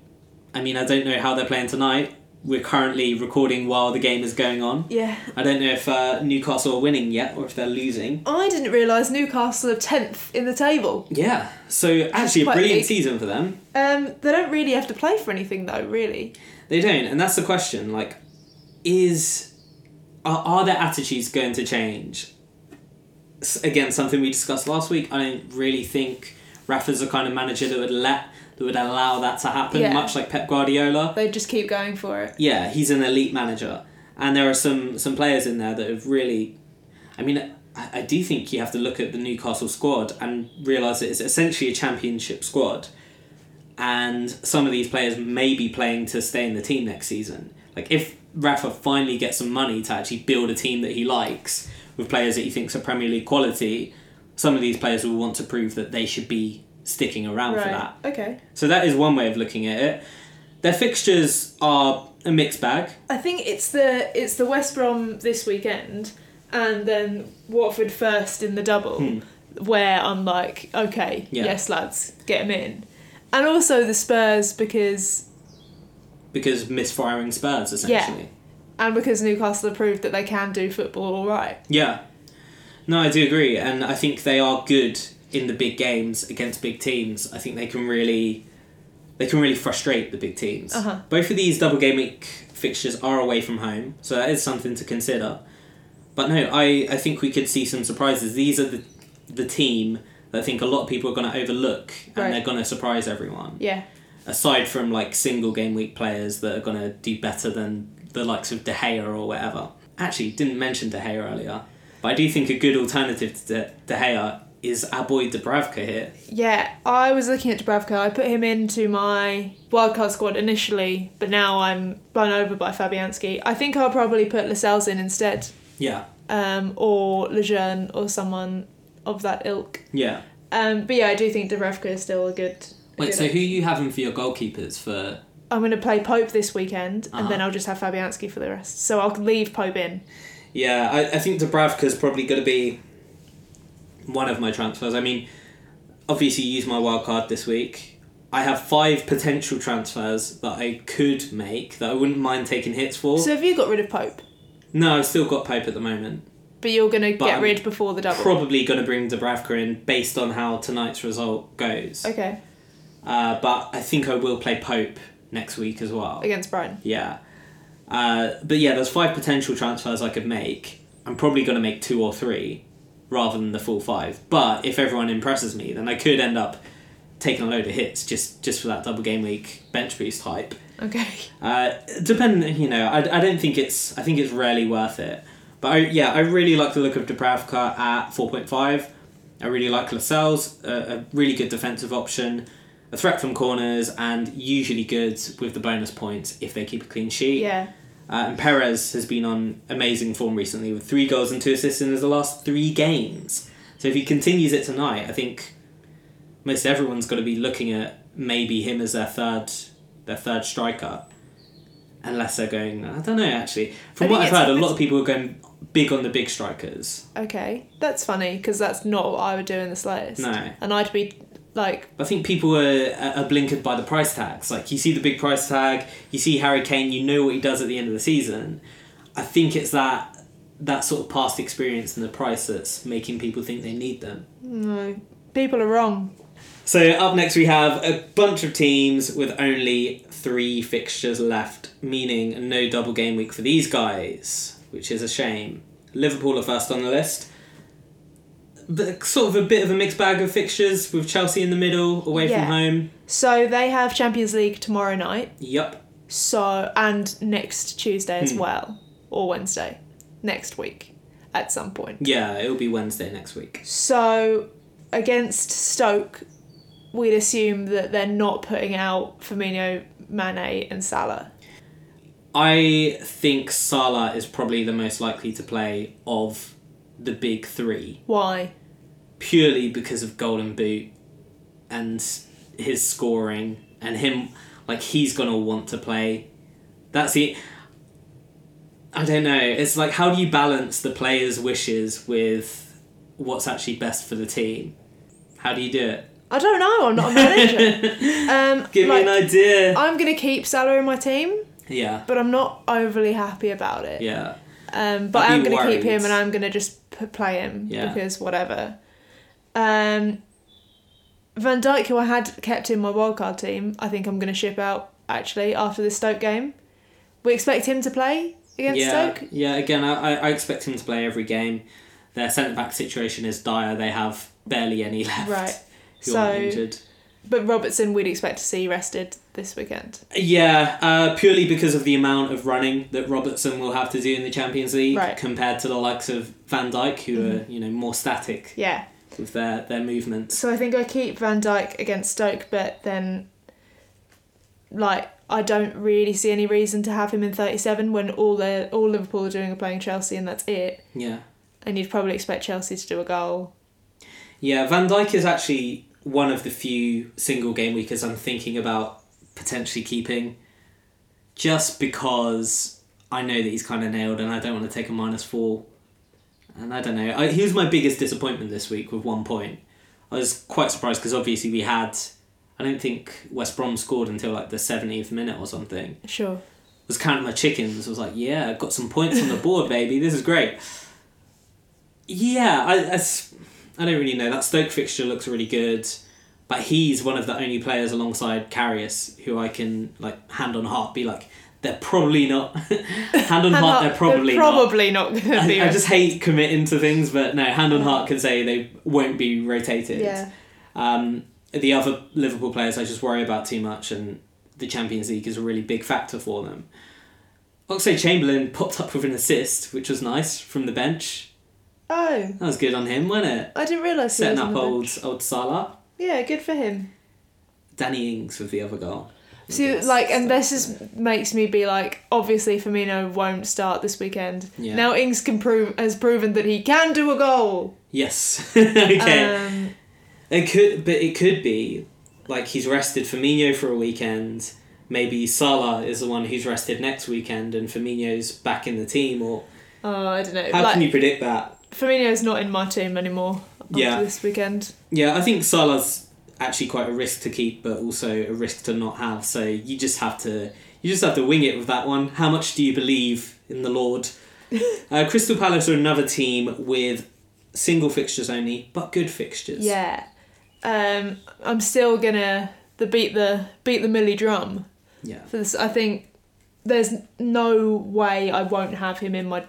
I mean, I don't know how they're playing tonight. We're currently recording while the game is going on. Yeah. I don't know if uh, Newcastle are winning yet or if they're losing. I didn't realise Newcastle are tenth in the table. Yeah, so actually a quite brilliant big. season for them. Um, they don't really have to play for anything though, really. They don't, and that's the question. Like, is are, are their attitudes going to change? S- again, something we discussed last week. I don't really think Rafa's the kind of manager that would let that would allow that to happen. Yeah. Much like Pep Guardiola. They just keep going for it. Yeah, he's an elite manager, and there are some some players in there that have really. I mean, I, I do think you have to look at the Newcastle squad and realize that it's essentially a championship squad and some of these players may be playing to stay in the team next season. Like if Rafa finally gets some money to actually build a team that he likes with players that he thinks are Premier League quality, some of these players will want to prove that they should be sticking around for right. that. Okay. So that is one way of looking at it. Their fixtures are a mixed bag. I think It's the it's the West Brom this weekend, and then Watford first in the double, Hmm. where I'm like, okay, Yeah. yes, lads, get him in. And also the Spurs because Because misfiring Spurs Yeah. essentially. and because Newcastle have proved that they can do football all right. Yeah. No, I do agree, and I think they are good in the big games against big teams. I think they can really they can really frustrate the big teams. Uh-huh. Both of these double game week fixtures are away from home, so that is something to consider. But no, I, I think we could see some surprises. These are the the team that I think a lot of people are going to overlook, and Right. they're going to surprise everyone. Yeah. Aside from like single game week players that are going to do better than the likes of De Gea or whatever. Actually, didn't mention De Gea earlier, but I do think a good alternative to De, De Gea is our boy Dubravka here. Yeah, I was looking at Dubravka. I put him into my wildcard squad initially, but now I'm blown over by Fabianski. I think I'll probably put Lascelles in instead, Yeah, um, or Lejeune or someone of that ilk. yeah. Um, but yeah, I do think Dubravka is still a good. a Wait, good so who are you having for your goalkeepers for? I'm going to play Pope this weekend, and then Uh-huh. I'll just have Fabianski for the rest. So I'll leave Pope in. Yeah, I, I think Dubravka's probably going to be one of my transfers. I mean, obviously use my wild card this week. I have five potential transfers that I could make that I wouldn't mind taking hits for. So have you got rid of Pope? no, I've still got Pope at the moment. But you're going to But get I'm rid before the double. Probably going to bring Dubravka in based on how tonight's result goes. okay, Uh, but I think I will play Pope next week as well. against Brighton. Yeah. Uh, but yeah, there's five potential transfers I could make. I'm probably going to make two or three rather than the full five. But if everyone impresses me, then I could end up taking a load of hits just, just for that double game week bench boost hype. Okay. <laughs> Uh, depend, you know, I, I don't think it's, I think it's rarely worth it. But I, yeah, I really like the look of Dubravka at 4.5. I really like Lascelles, a, a really good defensive option, a threat from corners, and usually good with the bonus points if they keep a clean sheet. Yeah. Uh, and Perez has been on amazing form recently with three goals and two assists in his last three games. So if he continues it tonight, I think most everyone's got to be looking at maybe him as their third their third striker, unless they're going. I don't know actually. From I what I've think heard, a it's- lot of people are going big on the big strikers. Okay. That's funny because that's not what I would do in the slightest. No. And I'd be like, I think people are, are blinkered by the price tags. Like you see the big price tag, you see Harry Kane, you know what he does at the end of the season. I think it's that that sort of past experience and the price that's making people think they need them. no, people are wrong. So up next we have a bunch of teams with only three fixtures left, meaning no double game week for these guys, which is a shame. Liverpool are first on the list. the, sort of a bit of a mixed bag of fixtures with Chelsea in the middle, away Yeah. from home. So they have Champions League tomorrow night. Yup. So and next Tuesday as Hmm. well, or Wednesday, next week, at some point. Yeah, it'll be Wednesday next week. So against Stoke, we'd assume that they're not putting out Firmino, Mane, and Salah. I think Salah is probably the most likely to play of the big three, Why? purely because of Golden Boot and his scoring and him. Like he's gonna want to play. That's it. I don't know. It's like how do you balance the players' wishes with what's actually best for the team? How do you do it? I don't know. I'm not <laughs> a manager. um, Give like, me an idea. I'm gonna keep Salah in my team, yeah, but I'm not overly happy about it. yeah. Um, but I'd I'm be going to worried. keep him and I'm going to just p- play him Yeah. because whatever. Um, Van Dyke, who I had kept in my wildcard team, I think I'm going to ship out actually after the Stoke game. We expect him to play against yeah, Stoke. Yeah, again, I, I I expect him to play every game. Their centre back situation is dire. They have barely any <laughs> left. Right. Who aren't So- injured. But Robertson, we'd expect to see rested this weekend. Yeah, uh, purely because of the amount of running that Robertson will have to do in the Champions League Right. Mm-hmm. compared to the likes of Van Dijk, who are you know more static Yeah. with their their movements. So I think I keep Van Dyke against Stoke, but then, like, I don't really see any reason to have him in 37 when all the all Liverpool are doing are playing Chelsea and that's it. Yeah, and you'd probably expect Chelsea to do a goal. yeah. Van Dijk is actually one of the few single game weekers I'm thinking about potentially keeping, just because I know that he's kind of nailed, and I don't want to take a minus four. And I don't know. I, he was my biggest disappointment this week with one point. I was quite surprised because obviously we had. I don't think West Brom scored until like the seventieth minute or something. Sure. was counting my chickens. I was like, yeah, I've got some points on the board, baby. This is great. Yeah, I, I s- I don't really know. That Stoke fixture looks really good, but he's one of the only players alongside Carrius who I can, like, hand on heart be like, they're probably not. <laughs> hand on And heart, not- they're probably, not. probably not, going to be. I, I just hate committing to things, but no, hand on heart can say they won't be rotated. yeah. Um, the other Liverpool players I just worry about too much, and the Champions League is a really big factor for them. Oxley Chamberlain popped up with an assist, which was nice from the bench. Oh, That was good on him, wasn't it? I didn't realise he Setting was on up the old bench. old Salah. Yeah, good for him. Danny Ings with the other goal. See, Against like, and Stoke. this just makes me be like, obviously Firmino won't start this weekend. Yeah. Now Ings can prove has proven that he can do a goal. Yes. <laughs> okay. Um, It could, but it could be like he's rested Firmino for a weekend. Maybe Salah is the one who's rested next weekend, and Firmino's back in the team. Or oh, I don't know. how like, can you predict that? Firmino's not in my team anymore after Yeah. this weekend. Yeah, I think Salah's actually quite a risk to keep, but also a risk to not have. So you just have to you just have to wing it with that one. How much do you believe in the Lord? uh, Crystal Palace are another team with single fixtures only, but good fixtures. Yeah. Um, I'm still gonna the beat the beat the Millie drum. yeah, for this. I think there's no way I won't have him in my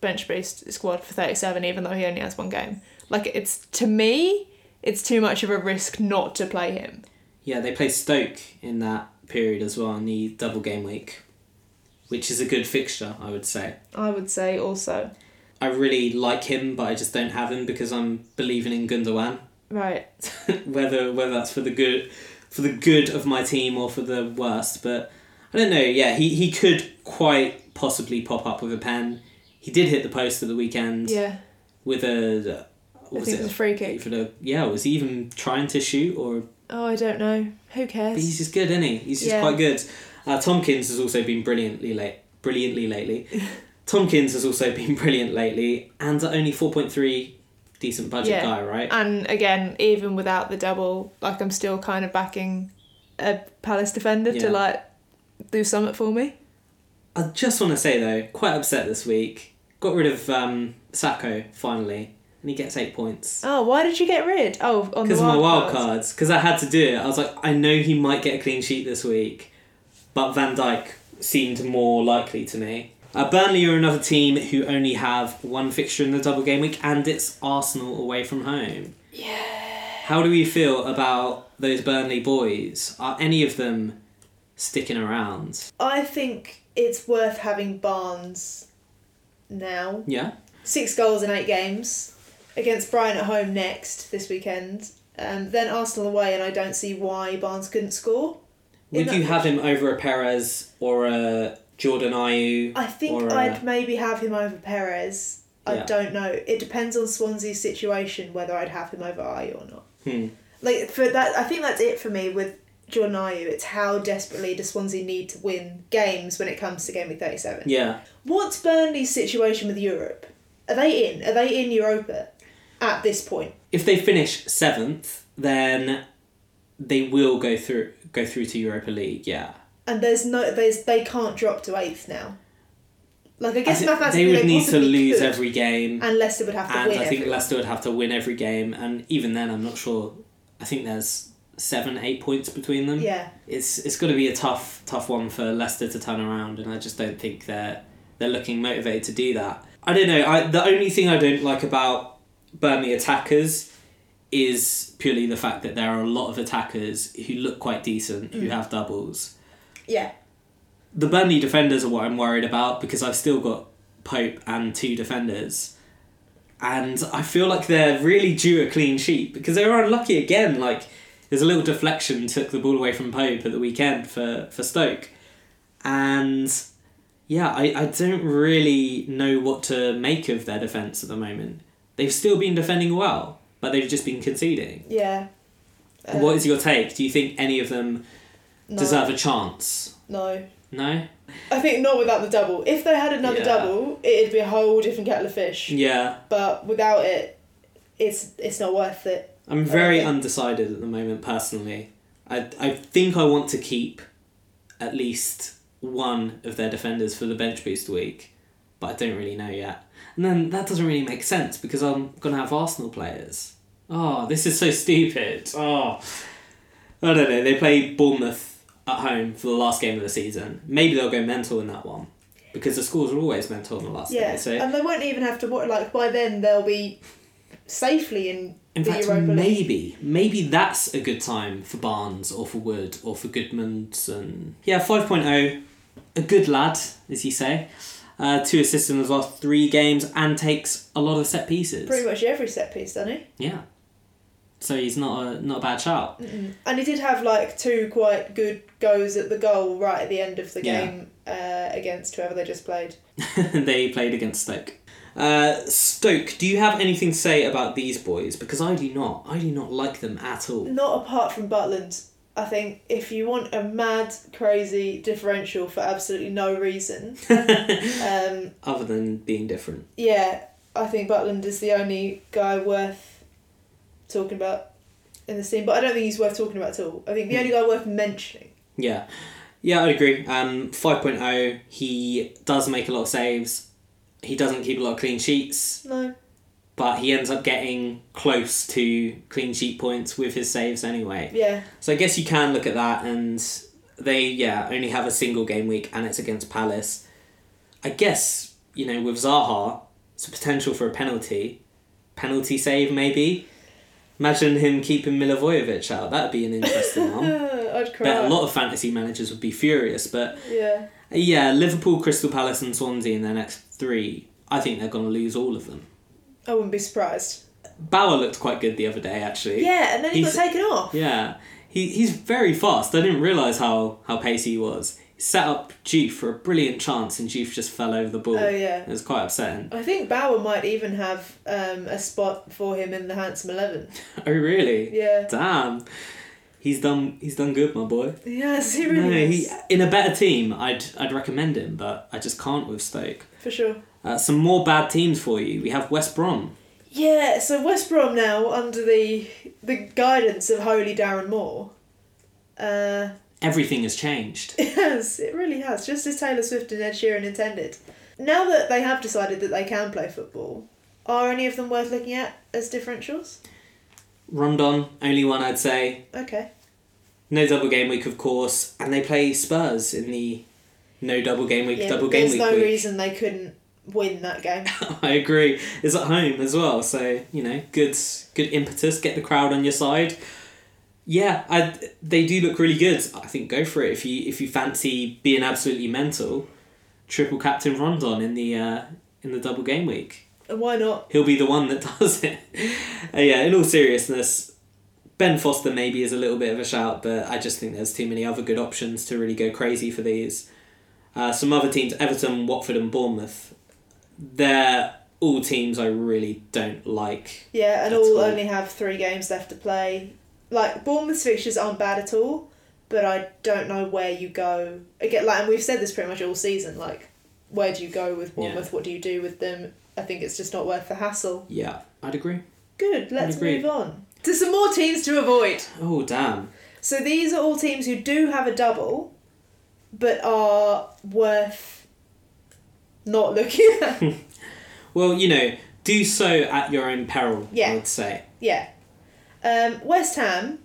bench boost squad for 37, even though he only has one game. Like it's to me, it's too much of a risk not to play him. yeah. They play Stoke in that period as well in the double game week, which is a good fixture, I would say. I would say also I really like him, but I just don't have him because I'm believing in Gundogan. right. <laughs> whether whether that's for the good for the good of my team or for the worst but i don't know yeah he, he could quite possibly pop up with a pen he did hit the post at the weekend Yeah, with a I what think was it was a it free a, kick. for the, yeah was he even trying to shoot or Oh, I don't know. Who but cares? he's just good isn't he he's just Yeah. quite good uh, tomkins has also been brilliantly late brilliantly <laughs> lately tomkins has also been <laughs> brilliant lately and at only 4.3 decent budget Yeah. guy right And again, even without the double, like I'm still kind of backing a Palace defender Yeah. to like do something for me. I just want to say though, quite upset this week. Got rid of um, Sacco finally, and he gets eight points Oh, why did you get rid? Oh, on the because of my wild, wild cards. cards. Because I had to do it. I was like, I know he might get a clean sheet this week, but Van Dyke seemed more likely to me. Uh, Burnley are another team who only have one fixture in the double game week, and it's Arsenal away from home. Yeah. How do we feel about those Burnley boys? Are any of them sticking around? I think it's worth having Barnes now. Yeah, Six goals in eight games against Brighton at home next this weekend. Um, then Arsenal away, and I don't see why Barnes couldn't score. In would that you have him over a Perez or a Jordan Ayew? I think or a- I'd maybe have him over Perez. I Yeah. don't know. It depends on Swansea's situation whether I'd have him over Ayew or not. Hmm. Like for that, I think that's it for me with Jordan Ayew. It's how desperately does Swansea need to win games when it comes to game week thirty seven. Yeah, What's Burnley's situation with Europe? Are they in? Are they in Europa at this point? if they finish seventh, then they will go through go through to Europa League. Yeah, And there's no, there's they can't drop to eighth now. Like I I guess thi- mathematically they would need to possibly lose could, every game. and Leicester would have to and win. I think every- Leicester would have to win every game, and even then, I'm not sure. I think there's seven, eight points between them. yeah, It's it's going to be a tough, tough one for Leicester to turn around, and I just don't think they're they're looking motivated to do that. I don't know. I the only thing I don't like about Burnley attackers is purely the fact that there are a lot of attackers who look quite decent, who have doubles yeah, the Burnley defenders are what I'm worried about because I've still got Pope and two defenders. And I feel like they're really due a clean sheet because they were unlucky again. Like, there's a little deflection, took the ball away from Pope at the weekend for, for Stoke. And yeah, I, I don't really know what to make of their defence at the moment. They've still been defending well, but they've just been conceding. yeah. Um, what is your take? Do you think any of them no, deserve a chance? No, No? I think not without the double. If they had another Yeah. double, it'd be a whole different kettle of fish. Yeah. But without it, it's it's not worth it. I'm very Okay. undecided at the moment personally. I I think I want to keep at least one of their defenders for the bench boost week, but I don't really know yet. And then that doesn't really make sense because I'm gonna have Arsenal players. Oh, this is so stupid. Oh, I don't know. They play Bournemouth at home for the last game of the season. Maybe they'll go mental in that one because the scores are always mental in the last Yeah, game. So and they won't even have to watch. Like by then, they'll be safely in In the fact, Europa League. maybe, maybe that's a good time for Barnes or for Wood or for Goodmanson. Yeah, 5.0, a good lad, as you say. Uh, two assists in his last three games and takes a lot of set pieces. pretty much every set piece, doesn't he? Yeah. So he's not a not a bad shout. <laughs> And he did have like two quite good goes at the goal right at the end of the Yeah. game uh, against whoever they just played. they played against Stoke. Uh, Stoke, do you have anything to say about these boys? Because I do not. I do not like them at all. Not apart from Butland. I think if you want a mad, crazy differential for absolutely no <laughs> reason, um, Other than being different. yeah, I think Butland is the only guy worth talking about in this team. But I don't think he's worth talking about at all. I think the only guy worth mentioning. Yeah. Yeah, I'd agree. Um, 5.0, he does make a lot of saves. He doesn't keep a lot of clean sheets, No. but he ends up getting close to clean sheet points with his saves anyway. Yeah. So I guess you can look at that, and they, yeah, only have a single game week, and it's against Palace. I guess, you know, with Zaha, it's a potential for a penalty. Penalty save, maybe. Imagine him keeping Milivojevic out. That'd be an interesting one. <sighs> I'd cry. Bet a Um, lot of fantasy managers would be furious, but Yeah. yeah, Liverpool, Crystal Palace, and Swansea in their next three. I think they're going to lose all of them. I wouldn't be surprised. Bauer looked quite good the other day, actually. Yeah, and then he got He's- taken off. Yeah. He, he's very fast. I didn't realise how, how pacey he was. He set up Juve for a brilliant chance, and Juve just fell over the ball. Oh yeah. It was quite upsetting. <laughs> I think Bauer might even have um, a spot for him in the handsome eleven. Oh, really? Yeah. Damn. He's done, he's done good, my boy. Yes, he No, really he, is. in a better team, I'd, I'd recommend him, but I just can't with Stoke. For sure. Uh, some more bad teams for you. We have West Brom. Yeah, so West Brom now under the the guidance of holy Darren Moore. Uh, <laughs> Everything has changed. it has, it really has, just as Taylor Swift and Ed Sheeran intended. Now that they have decided that they can play football, are any of them worth looking at as differentials? Rondon, only one I'd say. Okay. No double game week, of course, and they play Spurs in the no double game week, Yeah, double game there's week. no week. reason they couldn't win that game. <laughs> <laughs> I agree. It's at home as well, so you know, good good impetus. Get the crowd on your side. Yeah, I, they do look really good. I think go for it if you if you fancy being absolutely mental. Triple captain Rondon in the uh, in the double game week And why not? he'll be the one that <laughs> does it. Uh, yeah, in all seriousness, Ben Foster maybe is a little bit of a shout, but I just think there's too many other good options to really go crazy for these. Uh, some other teams, Everton, Watford, and Bournemouth, they're all teams I really don't like. Yeah, and That's all all. only have three games left to play. Like Bournemouth's fixtures aren't bad at all, but I don't know where you go again. Like, and we've said this pretty much all season. Like, where do you go with Bournemouth? What do you do with them? I think it's just not worth the hassle. Yeah, I'd agree. Good. Let's agree. move on to some more teams to avoid. Oh, damn. So these are all teams who do have a double, but are worth not looking at. <laughs> Well, you know, do so at your own peril, Yeah. I would say. Yeah. Um, West Ham,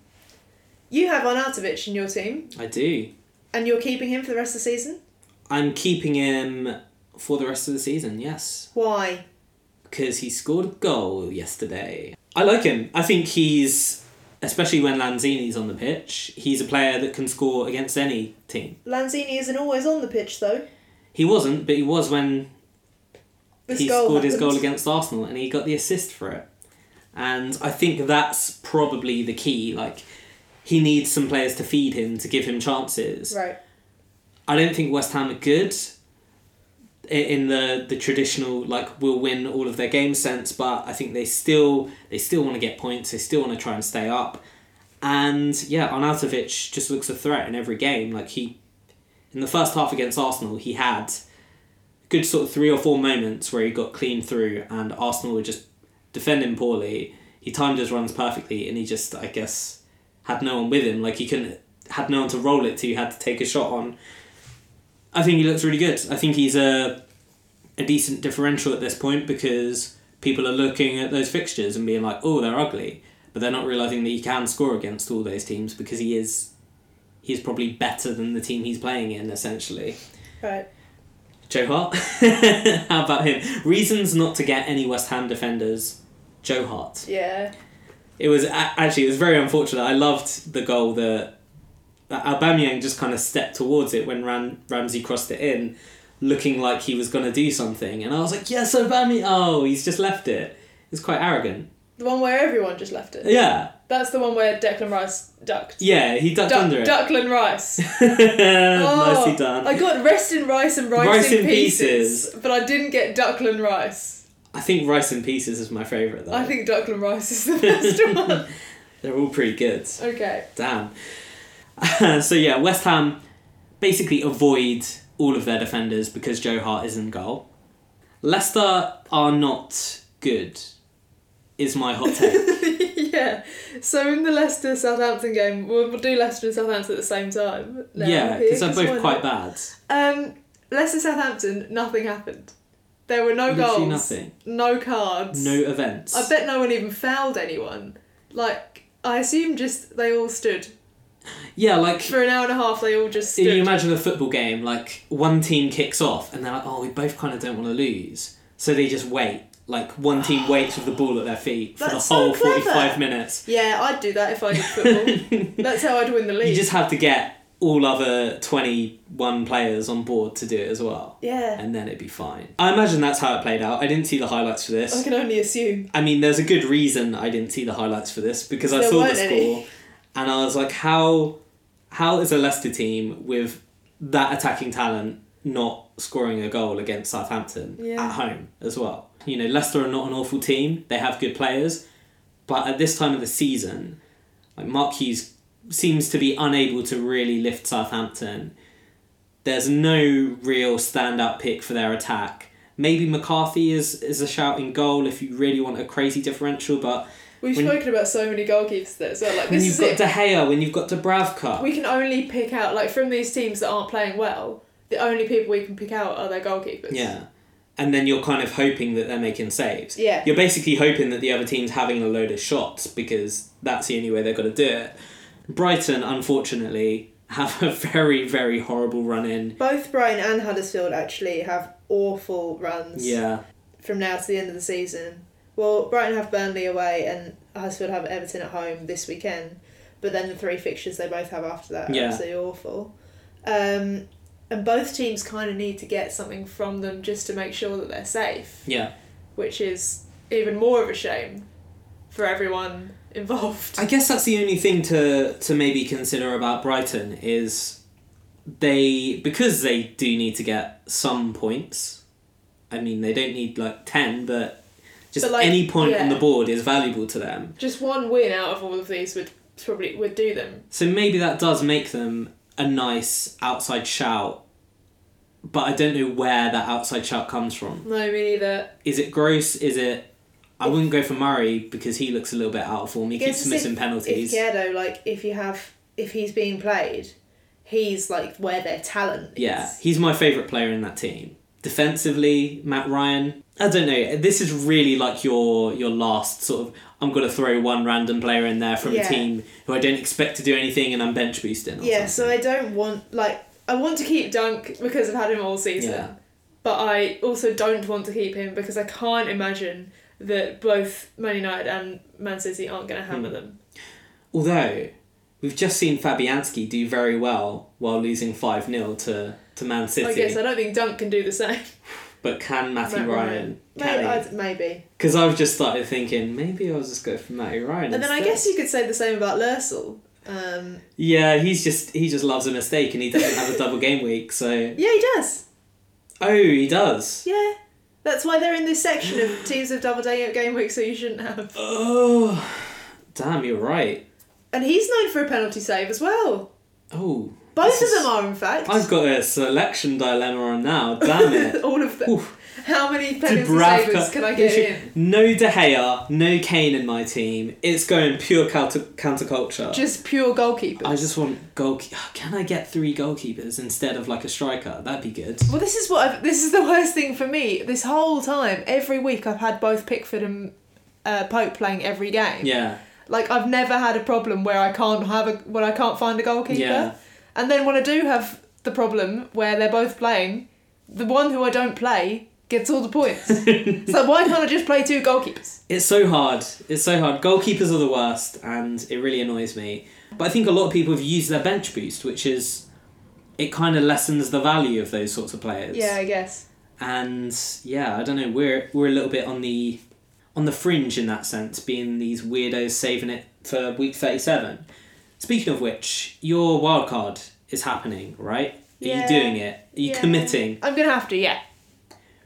you have Arnautovic in your team, I do. and you're keeping him for the rest of the season. I'm keeping him for the rest of the season, yes. Why? because he scored a goal yesterday. I like him. I think he's, especially when Lanzini's on the pitch, he's a player that can score against any team. Lanzini isn't always on the pitch though. He wasn't, but he was when This he goal scored his happened. goal against Arsenal and he got the assist for it. And I think that's probably the key. Like, he needs some players to feed him to give him chances. <laughs> Right. I don't think West Ham are good i- in the the traditional like will win all of their game sense, but I think they still they still want to get points. They still want to try and stay up, and yeah, Arnautovic just looks a threat in every game. Like he, in the first half against Arsenal, he had good sort of three or four moments where he got clean through, and Arsenal were just defending poorly. He timed his runs perfectly, and he just I guess had no one with him. Like he couldn't had no one to roll it to. He had to take a shot on. I think he looks really good. I think he's a a decent differential at this point because people are looking at those fixtures and being like, "Oh, they're ugly," but they're not realizing that he can score against all those teams because he is he's probably better than the team he's playing in essentially. Right. Joe Hart, <laughs> how about him? Reasons not to get any West Ham defenders. Joe Hart. Yeah. It was a- actually it was very unfortunate. I loved the goal that that Aubameyang just kind of stepped towards it when Ram- Ramsey crossed it in, looking like he was going to do something, and I was like, "Yes, Aubameyang! Oh, he's just left it." It's quite arrogant. The one where everyone just left it. Yeah, That's the one where Declan Rice ducked. yeah, he ducked Duck, under it. Declan Rice. <laughs> Oh, Nicely done. I got rest in rice and rice, Rice in, in pieces, but I didn't get Duckland rice. I think rice in pieces is my favorite though. I think Duckland rice is the <laughs> best one. they're all pretty good. Okay. <laughs> Damn. <laughs> so yeah, West Ham basically avoid all of their defenders because Joe Hart is in goal. Leicester are not good. Is my <laughs> hot take. yeah. So in the Leicester Southampton game, we'll, we'll do Leicester and Southampton at the same time. now, yeah, here, because they're why both not? quite bad. Um, Leicester Southampton, nothing happened. There were no Literally goals, nothing. no cards. No events. I bet no one even fouled anyone. Like I assume just they all stood yeah, like for an hour and a half. They all just So you stood. imagine a football game, like one team kicks off and they're like, oh, we both kind of don't want to lose. So they just wait. Like one team <gasps> waits with the ball at their feet for That's the so whole clever. 45 minutes. Yeah, I'd do that if I <laughs> did football. That's how I'd win the league. You just have to get all other 21 players on board to do it as well. yeah. And then it'd be fine. I imagine that's how it played out. I didn't see the highlights for I this. can only assume. I mean, there's a good reason I didn't see the highlights for this because I There saw the weren't score any. and I was like, how, how is a Leicester team with that attacking talent not scoring a goal against Southampton Yeah. at home as well? You know, Leicester are not an awful team. They have good players, but at this time of the season, like Mark Hughes seems to be unable to really lift Southampton. There's no real standout pick for their attack. Maybe McCarthy is, is a shout in goal if you really want a crazy differential, but We've When- spoken about so many goalkeepers there as well. Like when this you've is got it. De Gea, when you've got Dubravka, we can only pick out like from these teams that aren't playing well. The only people we can pick out are their goalkeepers. yeah, and then you're kind of hoping that they're making saves. Yeah. You're basically hoping that the other team's having a load of shots because that's the only way they're going to do it. Brighton, unfortunately, have a <laughs> very, very horrible run in. Both Brighton and Huddersfield actually have awful runs Yeah. from now to the end of the season. Well, Brighton have Burnley away and Huddersfield have Everton at home this weekend, but then the three fixtures they both have after that are Yeah. absolutely awful. Um, and both teams kind of need to get something from them just to make sure that they're safe, Yeah. which is even more of a shame for everyone involved. I guess that's the only thing to to maybe consider about Brighton is they because they do need to get some points. I mean, they don't need like 10, but just But, like, any point on yeah. the board is valuable to them. Just one win out of all of these would probably would do them. So maybe that does make them a nice outside shout. But I don't know where that outside shout comes from. No, me neither. Is it gross? Is it I wouldn't go for Murray because he looks a little bit out of form. He Guess keeps if- missing If penalties. Gerdo, like, if you have, if he's being played, he's like where their talent. Yeah, is. he's my favourite player in that team. Defensively, Matt Ryan. I don't know. This is really like your your last sort of. I'm gonna throw one random player in there from a Yeah. team who I don't expect to do anything, and I'm bench boosting. Or Yeah, so something. I don't want like I want to keep Dunk because I've had him all season. Yeah. But I also don't want to keep him because I can't imagine that both Man United and Man City aren't going to hammer Hmm. them. Although we've just seen Fabianski do very well while losing five 0 to to Man I City, guess I don't think Dunk can do the same. but can Matty Matt Ryan? Ryan. <laughs> Maybe, I'd, maybe. Because I've just started thinking maybe I'll just go for Matty Ryan. And then I instead. guess you could say the same about Lursel. Um, Yeah, he's just he just loves a mistake, and he doesn't have a double <laughs> game week, so. yeah, he does. Oh, he does. Yeah. That's why they're in this section of teams of double day game week, so you shouldn't have. Oh, damn, you're right. And he's known for a penalty save as well. Oh, Both This of is- them are, in fact. <laughs> I've got a selection dilemma on now. Damn it. All of them. Oof. How many penalty Dubravka. savers can I get in? No De Gea, no Kane in my team. It's going pure counter counterculture. Just pure goalkeepers. I just want goal. Can I get three goalkeepers instead of like a striker? That'd be good. Well, this is what I've, this is the worst thing for me. This whole time, every week, I've had both Pickford and uh, Pope playing every game. Yeah, Like I've never had a problem where I can't have a when I can't find a goalkeeper. yeah. And then when I do have the problem where they're both playing, the one who I don't play gets all the <laughs> points. so why can't I just play two goalkeepers? It's so hard. It's so hard. Goalkeepers are the worst, and it really annoys me. But I think a lot of people have used their bench boost, which is it kind of lessens the value of those sorts of players. Yeah, I guess. and yeah, I don't know. We're we're a little bit on the on the fringe in that sense, being these weirdos saving it for week thirty seven. Speaking of which, your wild card is happening, right? Are you Yeah. doing it? Are you Yeah. committing? I'm gonna have to, yeah.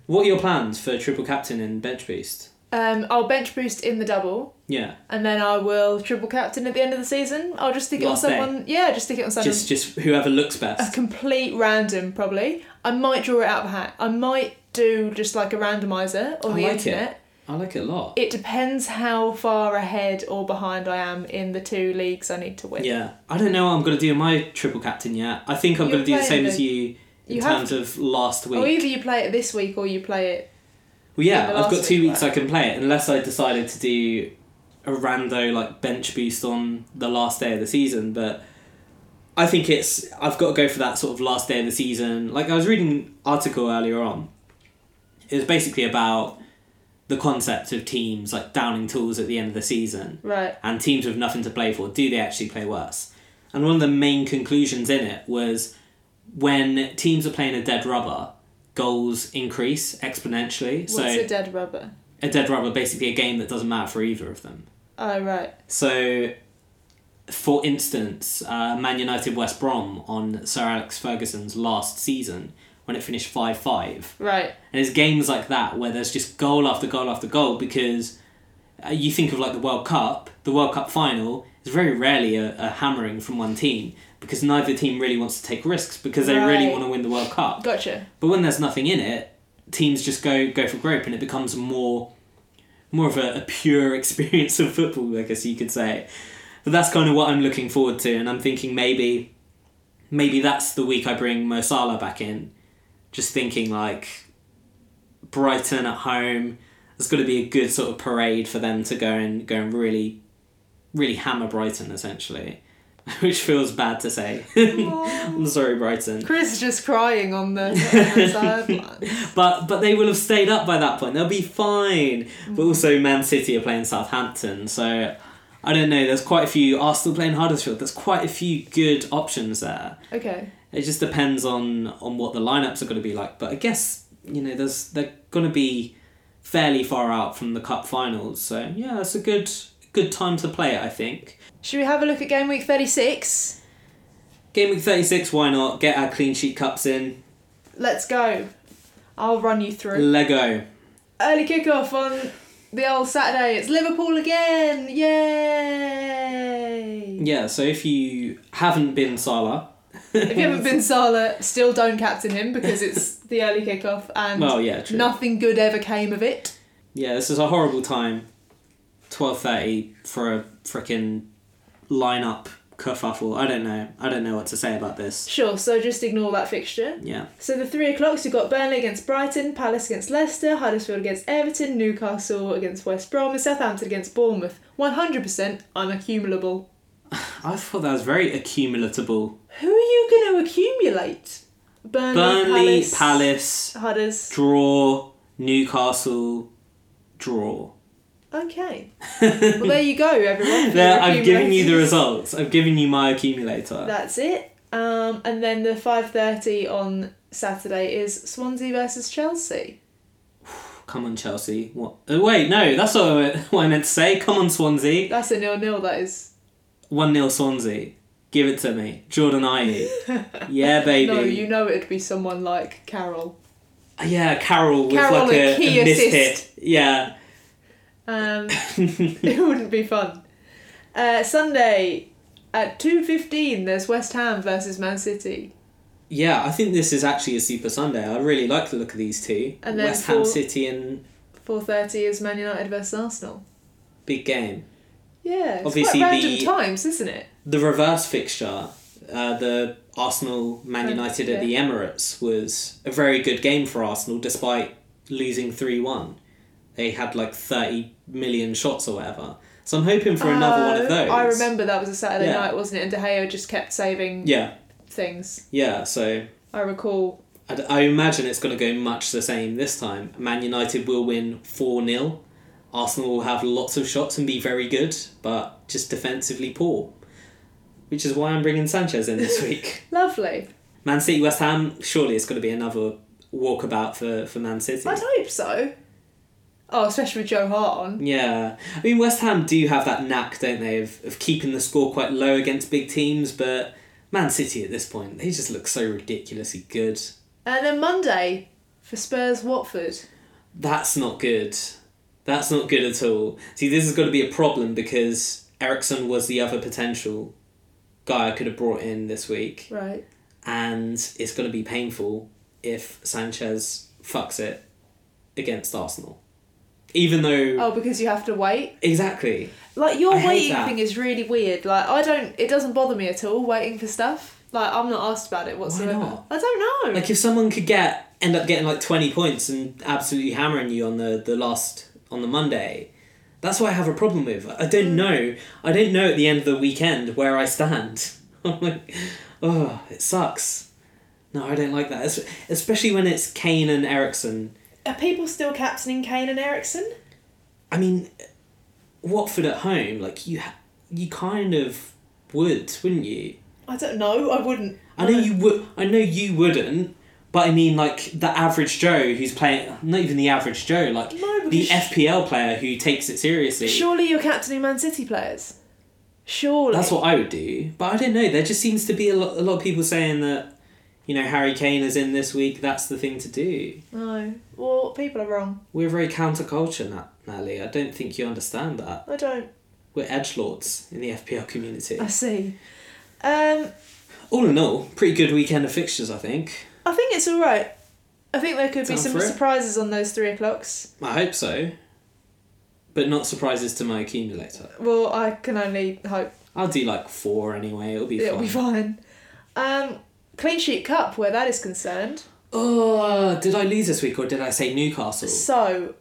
What are your plans for triple captain and bench boost? Um, I'll bench boost in the double, Yeah, and then I will triple captain at the end of the season. I'll just stick it Last day. on someone. Yeah, just stick it on someone. just just whoever looks a best. complete random, probably. I might draw it out of a hat. I might do just like a randomizer on I the like it. internet. I like it a lot. It depends how far ahead or behind I am in the two leagues I need to win. Yeah, I don't know what I'm gonna do in my triple captain yet. I think I'm You're gonna do the playing same the- as you in you have Oh, terms of last week. Or either you play it this week or you play it. Well, yeah, the I've got last two week, weeks right? I can play it, unless I decided to do a rando like bench boost on the last day of the season. But I think it's I've got to go for that sort of last day of the season. Like I was reading an article earlier on. It was basically about the concept of teams like downing tools at the end of the season Right. and teams with nothing to play for, do they actually play worse? And one of the main conclusions in it was when teams are playing a dead rubber, goals increase exponentially. What's so a dead rubber? a dead rubber, basically a game that doesn't matter for either of them. Oh, right. So, for instance, uh, Man United West Brom on Sir Alex Ferguson's last season, when it finished 5 5, Right. and it's games like that where there's just goal after goal after goal because uh, you think of like the World Cup, the World Cup final is very rarely a, a hammering from one team because neither team really wants to take risks because they really Right. want to win the World Cup. <laughs> Gotcha. But when there's nothing in it, teams just go go for grope and it becomes more more of a, a pure <laughs> experience of football, I guess you could say. But that's kind of what I'm looking forward to, and I'm thinking maybe maybe that's the week I bring Mo Salah back in. Just thinking like Brighton at home, there's got to be a good sort of parade for them to go and go and really really hammer Brighton essentially. <laughs> which feels bad to say. <laughs> I'm sorry, Brighton. Chris is just crying on <laughs> the right-hand sideline. But but they will have stayed up by that point. They'll be fine. Mm. But also, Man City are playing Southampton, so I don't know. There's quite a few Arsenal playing Huddersfield. There's quite a few good options there. Okay. It just depends on on what the lineups are going to be like. But I guess you know there's they're going to be fairly far out from the cup finals. So yeah, it's a good good time to play it. I think. Should we have a look at game week 36? Game week 36, why not? Get our clean sheet cups in. Let's go. I'll run you through. Lego. Early kickoff on the old Saturday. It's Liverpool again. Yay! Yeah, so if you haven't been Salah, If you haven't been Salah, still don't captain him because it's the early kickoff <laughs> and well, yeah, true. nothing good ever came of it. Yeah, this is a horrible time. 12.30 for a frickin' lineup kerfuffle. I don't know. I don't know what to say about this. Sure, so just ignore that fixture. Yeah. So the three o'clocks, you've got Burnley against Brighton, Palace against Leicester, Huddersfield against Everton, Newcastle against West Brom, and Southampton against Bournemouth. 100% unaccumulable. I thought that was very accumulatable. Who are you going to accumulate? Burnley, Burnley, Palace, Hudders. draw, Newcastle, draw. <laughs> Okay. well, there you go, everyone. for There, your I've given you the accumulators. results. I've given you my accumulator. That's it. Um, and then the 5.30 on Saturday is Swansea versus Chelsea. Come on, Chelsea. What? Oh, wait, no, that's not what I- <laughs> what I meant to say. Come on, Swansea. That's a nil-nil, that is. 1 0 Swansea. Give it to me. Jordan Ayew. <laughs> Yeah, baby. No, you know it'd be someone like Carroll. Yeah, Carroll with Carroll, like a, a key a missed assist. hit. Yeah. <laughs> Um, it wouldn't be fun. Uh, Sunday at 2.15 there's West Ham versus Man City. Yeah, I think this is actually a Super Sunday. I really like the look of these two. And then West Ham for- City and 4.30 is Man United versus Arsenal. big game. Yeah, it's Obviously quite random the- times, isn't it? The reverse fixture, uh, the Arsenal Man Man- United at yeah. the Emirates, was a very good game for Arsenal despite losing 3 1. They had like 30 million shots or whatever. So I'm hoping for another one of Oh, those. I remember that was a Saturday Yeah. night, wasn't it? And De Gea just kept saving Yeah, things. yeah, so I recall I, I imagine it's going to go much the same this time. Man United will win 4 0. Arsenal will have lots of shots and be very good, but just defensively poor. Which is why I'm bringing Sanchez in this week. Lovely. Man City West Ham, surely it's going to be another walkabout for, for Man City. I'd hope so. Oh, especially with Joe Hart on. Yeah. I mean, West Ham do have that knack, don't they, of, of keeping the score quite low against big teams, but Man City at this point, they just look so ridiculously good. And then Monday for Spurs Watford. That's not good. That's not good at all. See, this is going to be a problem because Ericsson was the other potential guy I could have brought in this week, Right. and it's going to be painful if Sanchez fucks it against Arsenal. Even though. Oh, because you have to wait. Exactly. Like your I hate waiting that. thing is really weird. Like I don't. It doesn't bother me at all waiting for stuff. Like I'm not asked about it whatsoever. not? I don't know. Like, if someone could get. end up getting like 20 points and absolutely hammering you on the, the last. on the Monday. That's what I have a problem with. I don't know. I don't know at the end of the weekend where I stand. <laughs> I'm like, oh, it sucks. No, I don't like that. Es- Especially when it's Kane and Ericsson. Are people still captaining Kane and Ericsson? I mean, Watford at home, like, you, ha- you kind of would, wouldn't you? I don't know. I wouldn't. I know you would. I know you wouldn't. But I mean, like the average Joe who's playing. Not even the average Joe. Like No, the because- FPL player who takes it seriously. Surely you're captaining Man City players. Surely. That's what I would do. But I don't know. There just seems to be a lot. A lot of people saying that. You know, Harry Kane is in this week. That's the thing to do. No. Well, people are wrong. We're very counterculture, Nat- Natalie. I don't think you understand that. I don't. We're edge lords in the FPL community. I see. Um, All in all, pretty good weekend of fixtures, I think. I think it's all right. I think there could be Down some for it? surprises on those three o'clocks. I hope so. But not surprises to my accumulator. Well, I can only hope I'll do like four anyway. It'll be it'll fine. be fine. Um, clean sheet cup, where that is concerned. Oh, did I lose this week or did I say Newcastle? So,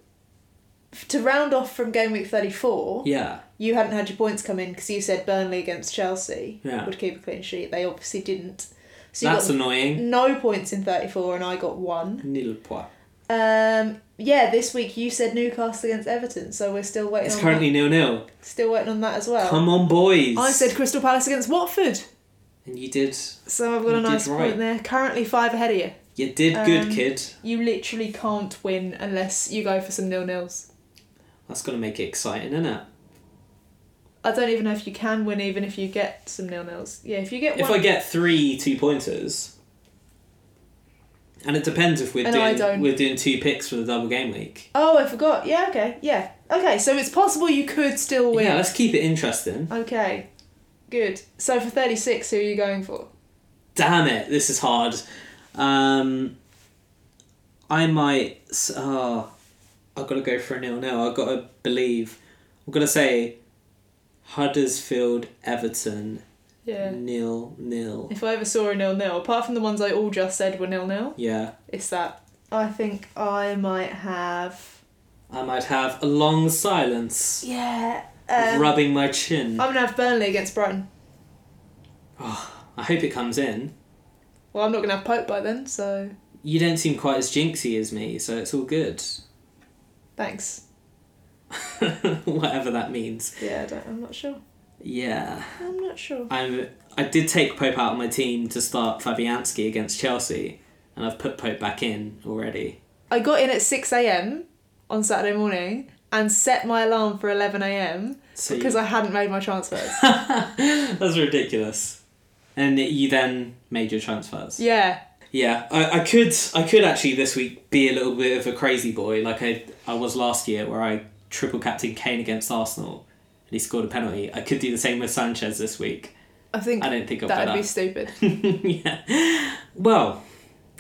to round off from game week 34, Yeah. you hadn't had your points come in because you said Burnley against Chelsea Yeah. would keep a clean sheet. They obviously didn't. So you That's got annoying. no points in 34 and I got one. Nil point. Um, yeah, this week you said Newcastle against Everton, so we're still waiting It's on currently nil nil. that. Still waiting on that as well. Come on, boys. Oh. I said Crystal Palace against Watford. And you did. So I've got You a did nice right. point there. Currently five ahead of you. You did good, Um, kid. You literally can't win unless you go for some nil nils. That's gonna make it exciting, isn't it? I don't even know if you can win even if you get some nil nils. Yeah, if you get If one I get three two pointers, and it depends if we're And I doing don't. we're doing two picks for the double game week. Oh, I forgot. Yeah, okay. Yeah. Okay, so it's possible you could still win. Yeah, let's keep it interesting. Okay. Good. So for 36, who are you going for? Damn it, this is hard. Um, I might. s- Oh, I've got to go for a nil nil. I've got to believe. I've got to say Huddersfield Everton Yeah. nil nil. If I ever saw a nil nil, apart from the ones I all just said were nil nil, Yeah. it's that. I think I might have. I might have a long silence, Yeah. um, rubbing my chin. I'm going to have Burnley against Brighton. I hope it comes in. Well, I'm not going to have Pope by then, so You don't seem quite as jinxy as me, so it's all good. <laughs> thanks. Whatever that means. Yeah, I don't, I'm not sure. Yeah. I'm not sure. I'm I did take Pope out of my team to start Fabianski against Chelsea and I've put Pope back in already. I got in at 6am on Saturday morning and set my alarm for 11am So you- because I hadn't made <laughs> my transfers. that's ridiculous. And you then made your transfers. yeah. Yeah, I, I could I could actually this week be a little bit of a crazy boy like I I was last year where I triple captain Kane against Arsenal and he scored a penalty. I could do the same with Sanchez this week. I think I don't think I'll that would put be stupid. <laughs> yeah. Well,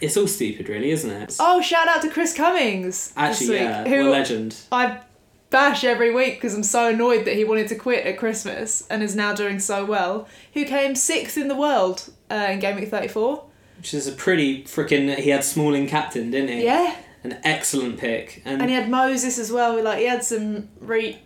it's all stupid, really, isn't it? oh, shout out to Chris Cummings. Actually, this week, yeah, who we're legend. I bash every week because I'm so annoyed that he wanted to quit at Christmas and is now doing so well. Who came sixth in the world uh, in Game Week 34. Which is a pretty freaking. He had Smalling captain, didn't he? Yeah. An excellent pick and, And he had Moses as well. Like, he had some re.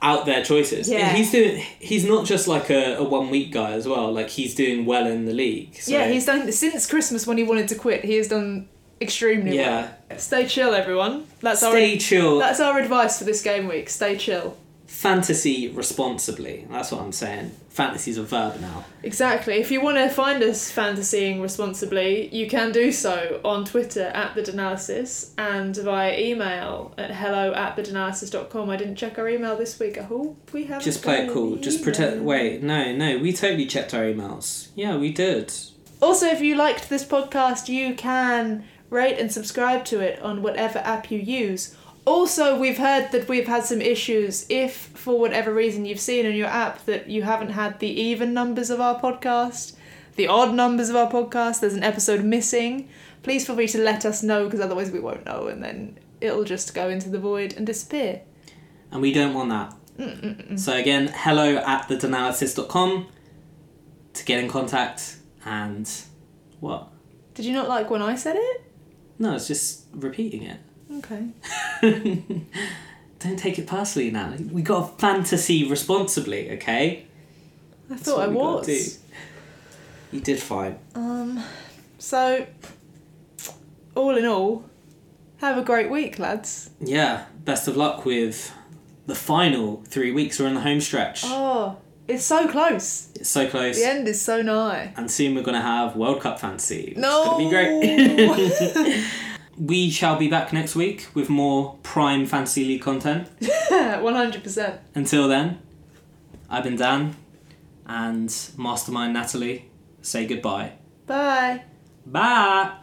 out there choices. Yeah. And he's doing. He's not just like a, a one week guy as well. Like he's doing well in the league. So, Yeah, he's done. Since Christmas when he wanted to quit, he has done extremely Yeah. well. Stay chill, everyone. That's Stay our. chill. That's our advice for this game week. Stay chill. Fantasy responsibly. That's what I'm saying. Fantasy's a verb now. Exactly. If you want to find us fantasying responsibly, you can do so on Twitter at the Denalysis and via email at hello at thedenalysis.com. I didn't check our email this week. I hope we have. Just play it cool. Just pretend. Wait, no, no. We totally checked our emails. Yeah, we did. Also, if you liked this podcast, you can rate and subscribe to it on whatever app you use. Also, we've heard that we've had some issues if, for whatever reason, you've seen on your app that you haven't had the even numbers of our podcast, the odd numbers of our podcast, there's an episode missing. Please feel free to let us know because otherwise we won't know and then it'll just go into the void and disappear. and we don't want that. So again, hello at thedenalysis.com to get in contact and what? Did you not like when I said it? No, it's just repeating it. Okay. Don't take it personally now. We got to fantasy responsibly, okay? I That's thought what I we gotta was. do. You did fine. Um, so, all in all, have a great week, lads. Yeah, best of luck with the final three weeks. We're in the home stretch. Oh, it's so close. It's so close. The end is so nigh. And soon we're going to have World Cup fancy. No. It's going to be great. <laughs> <laughs> We shall be back next week with more prime fantasy league content. One hundred percent. Until then, I've been Dan and Mastermind Natalie say goodbye. Bye. Bye!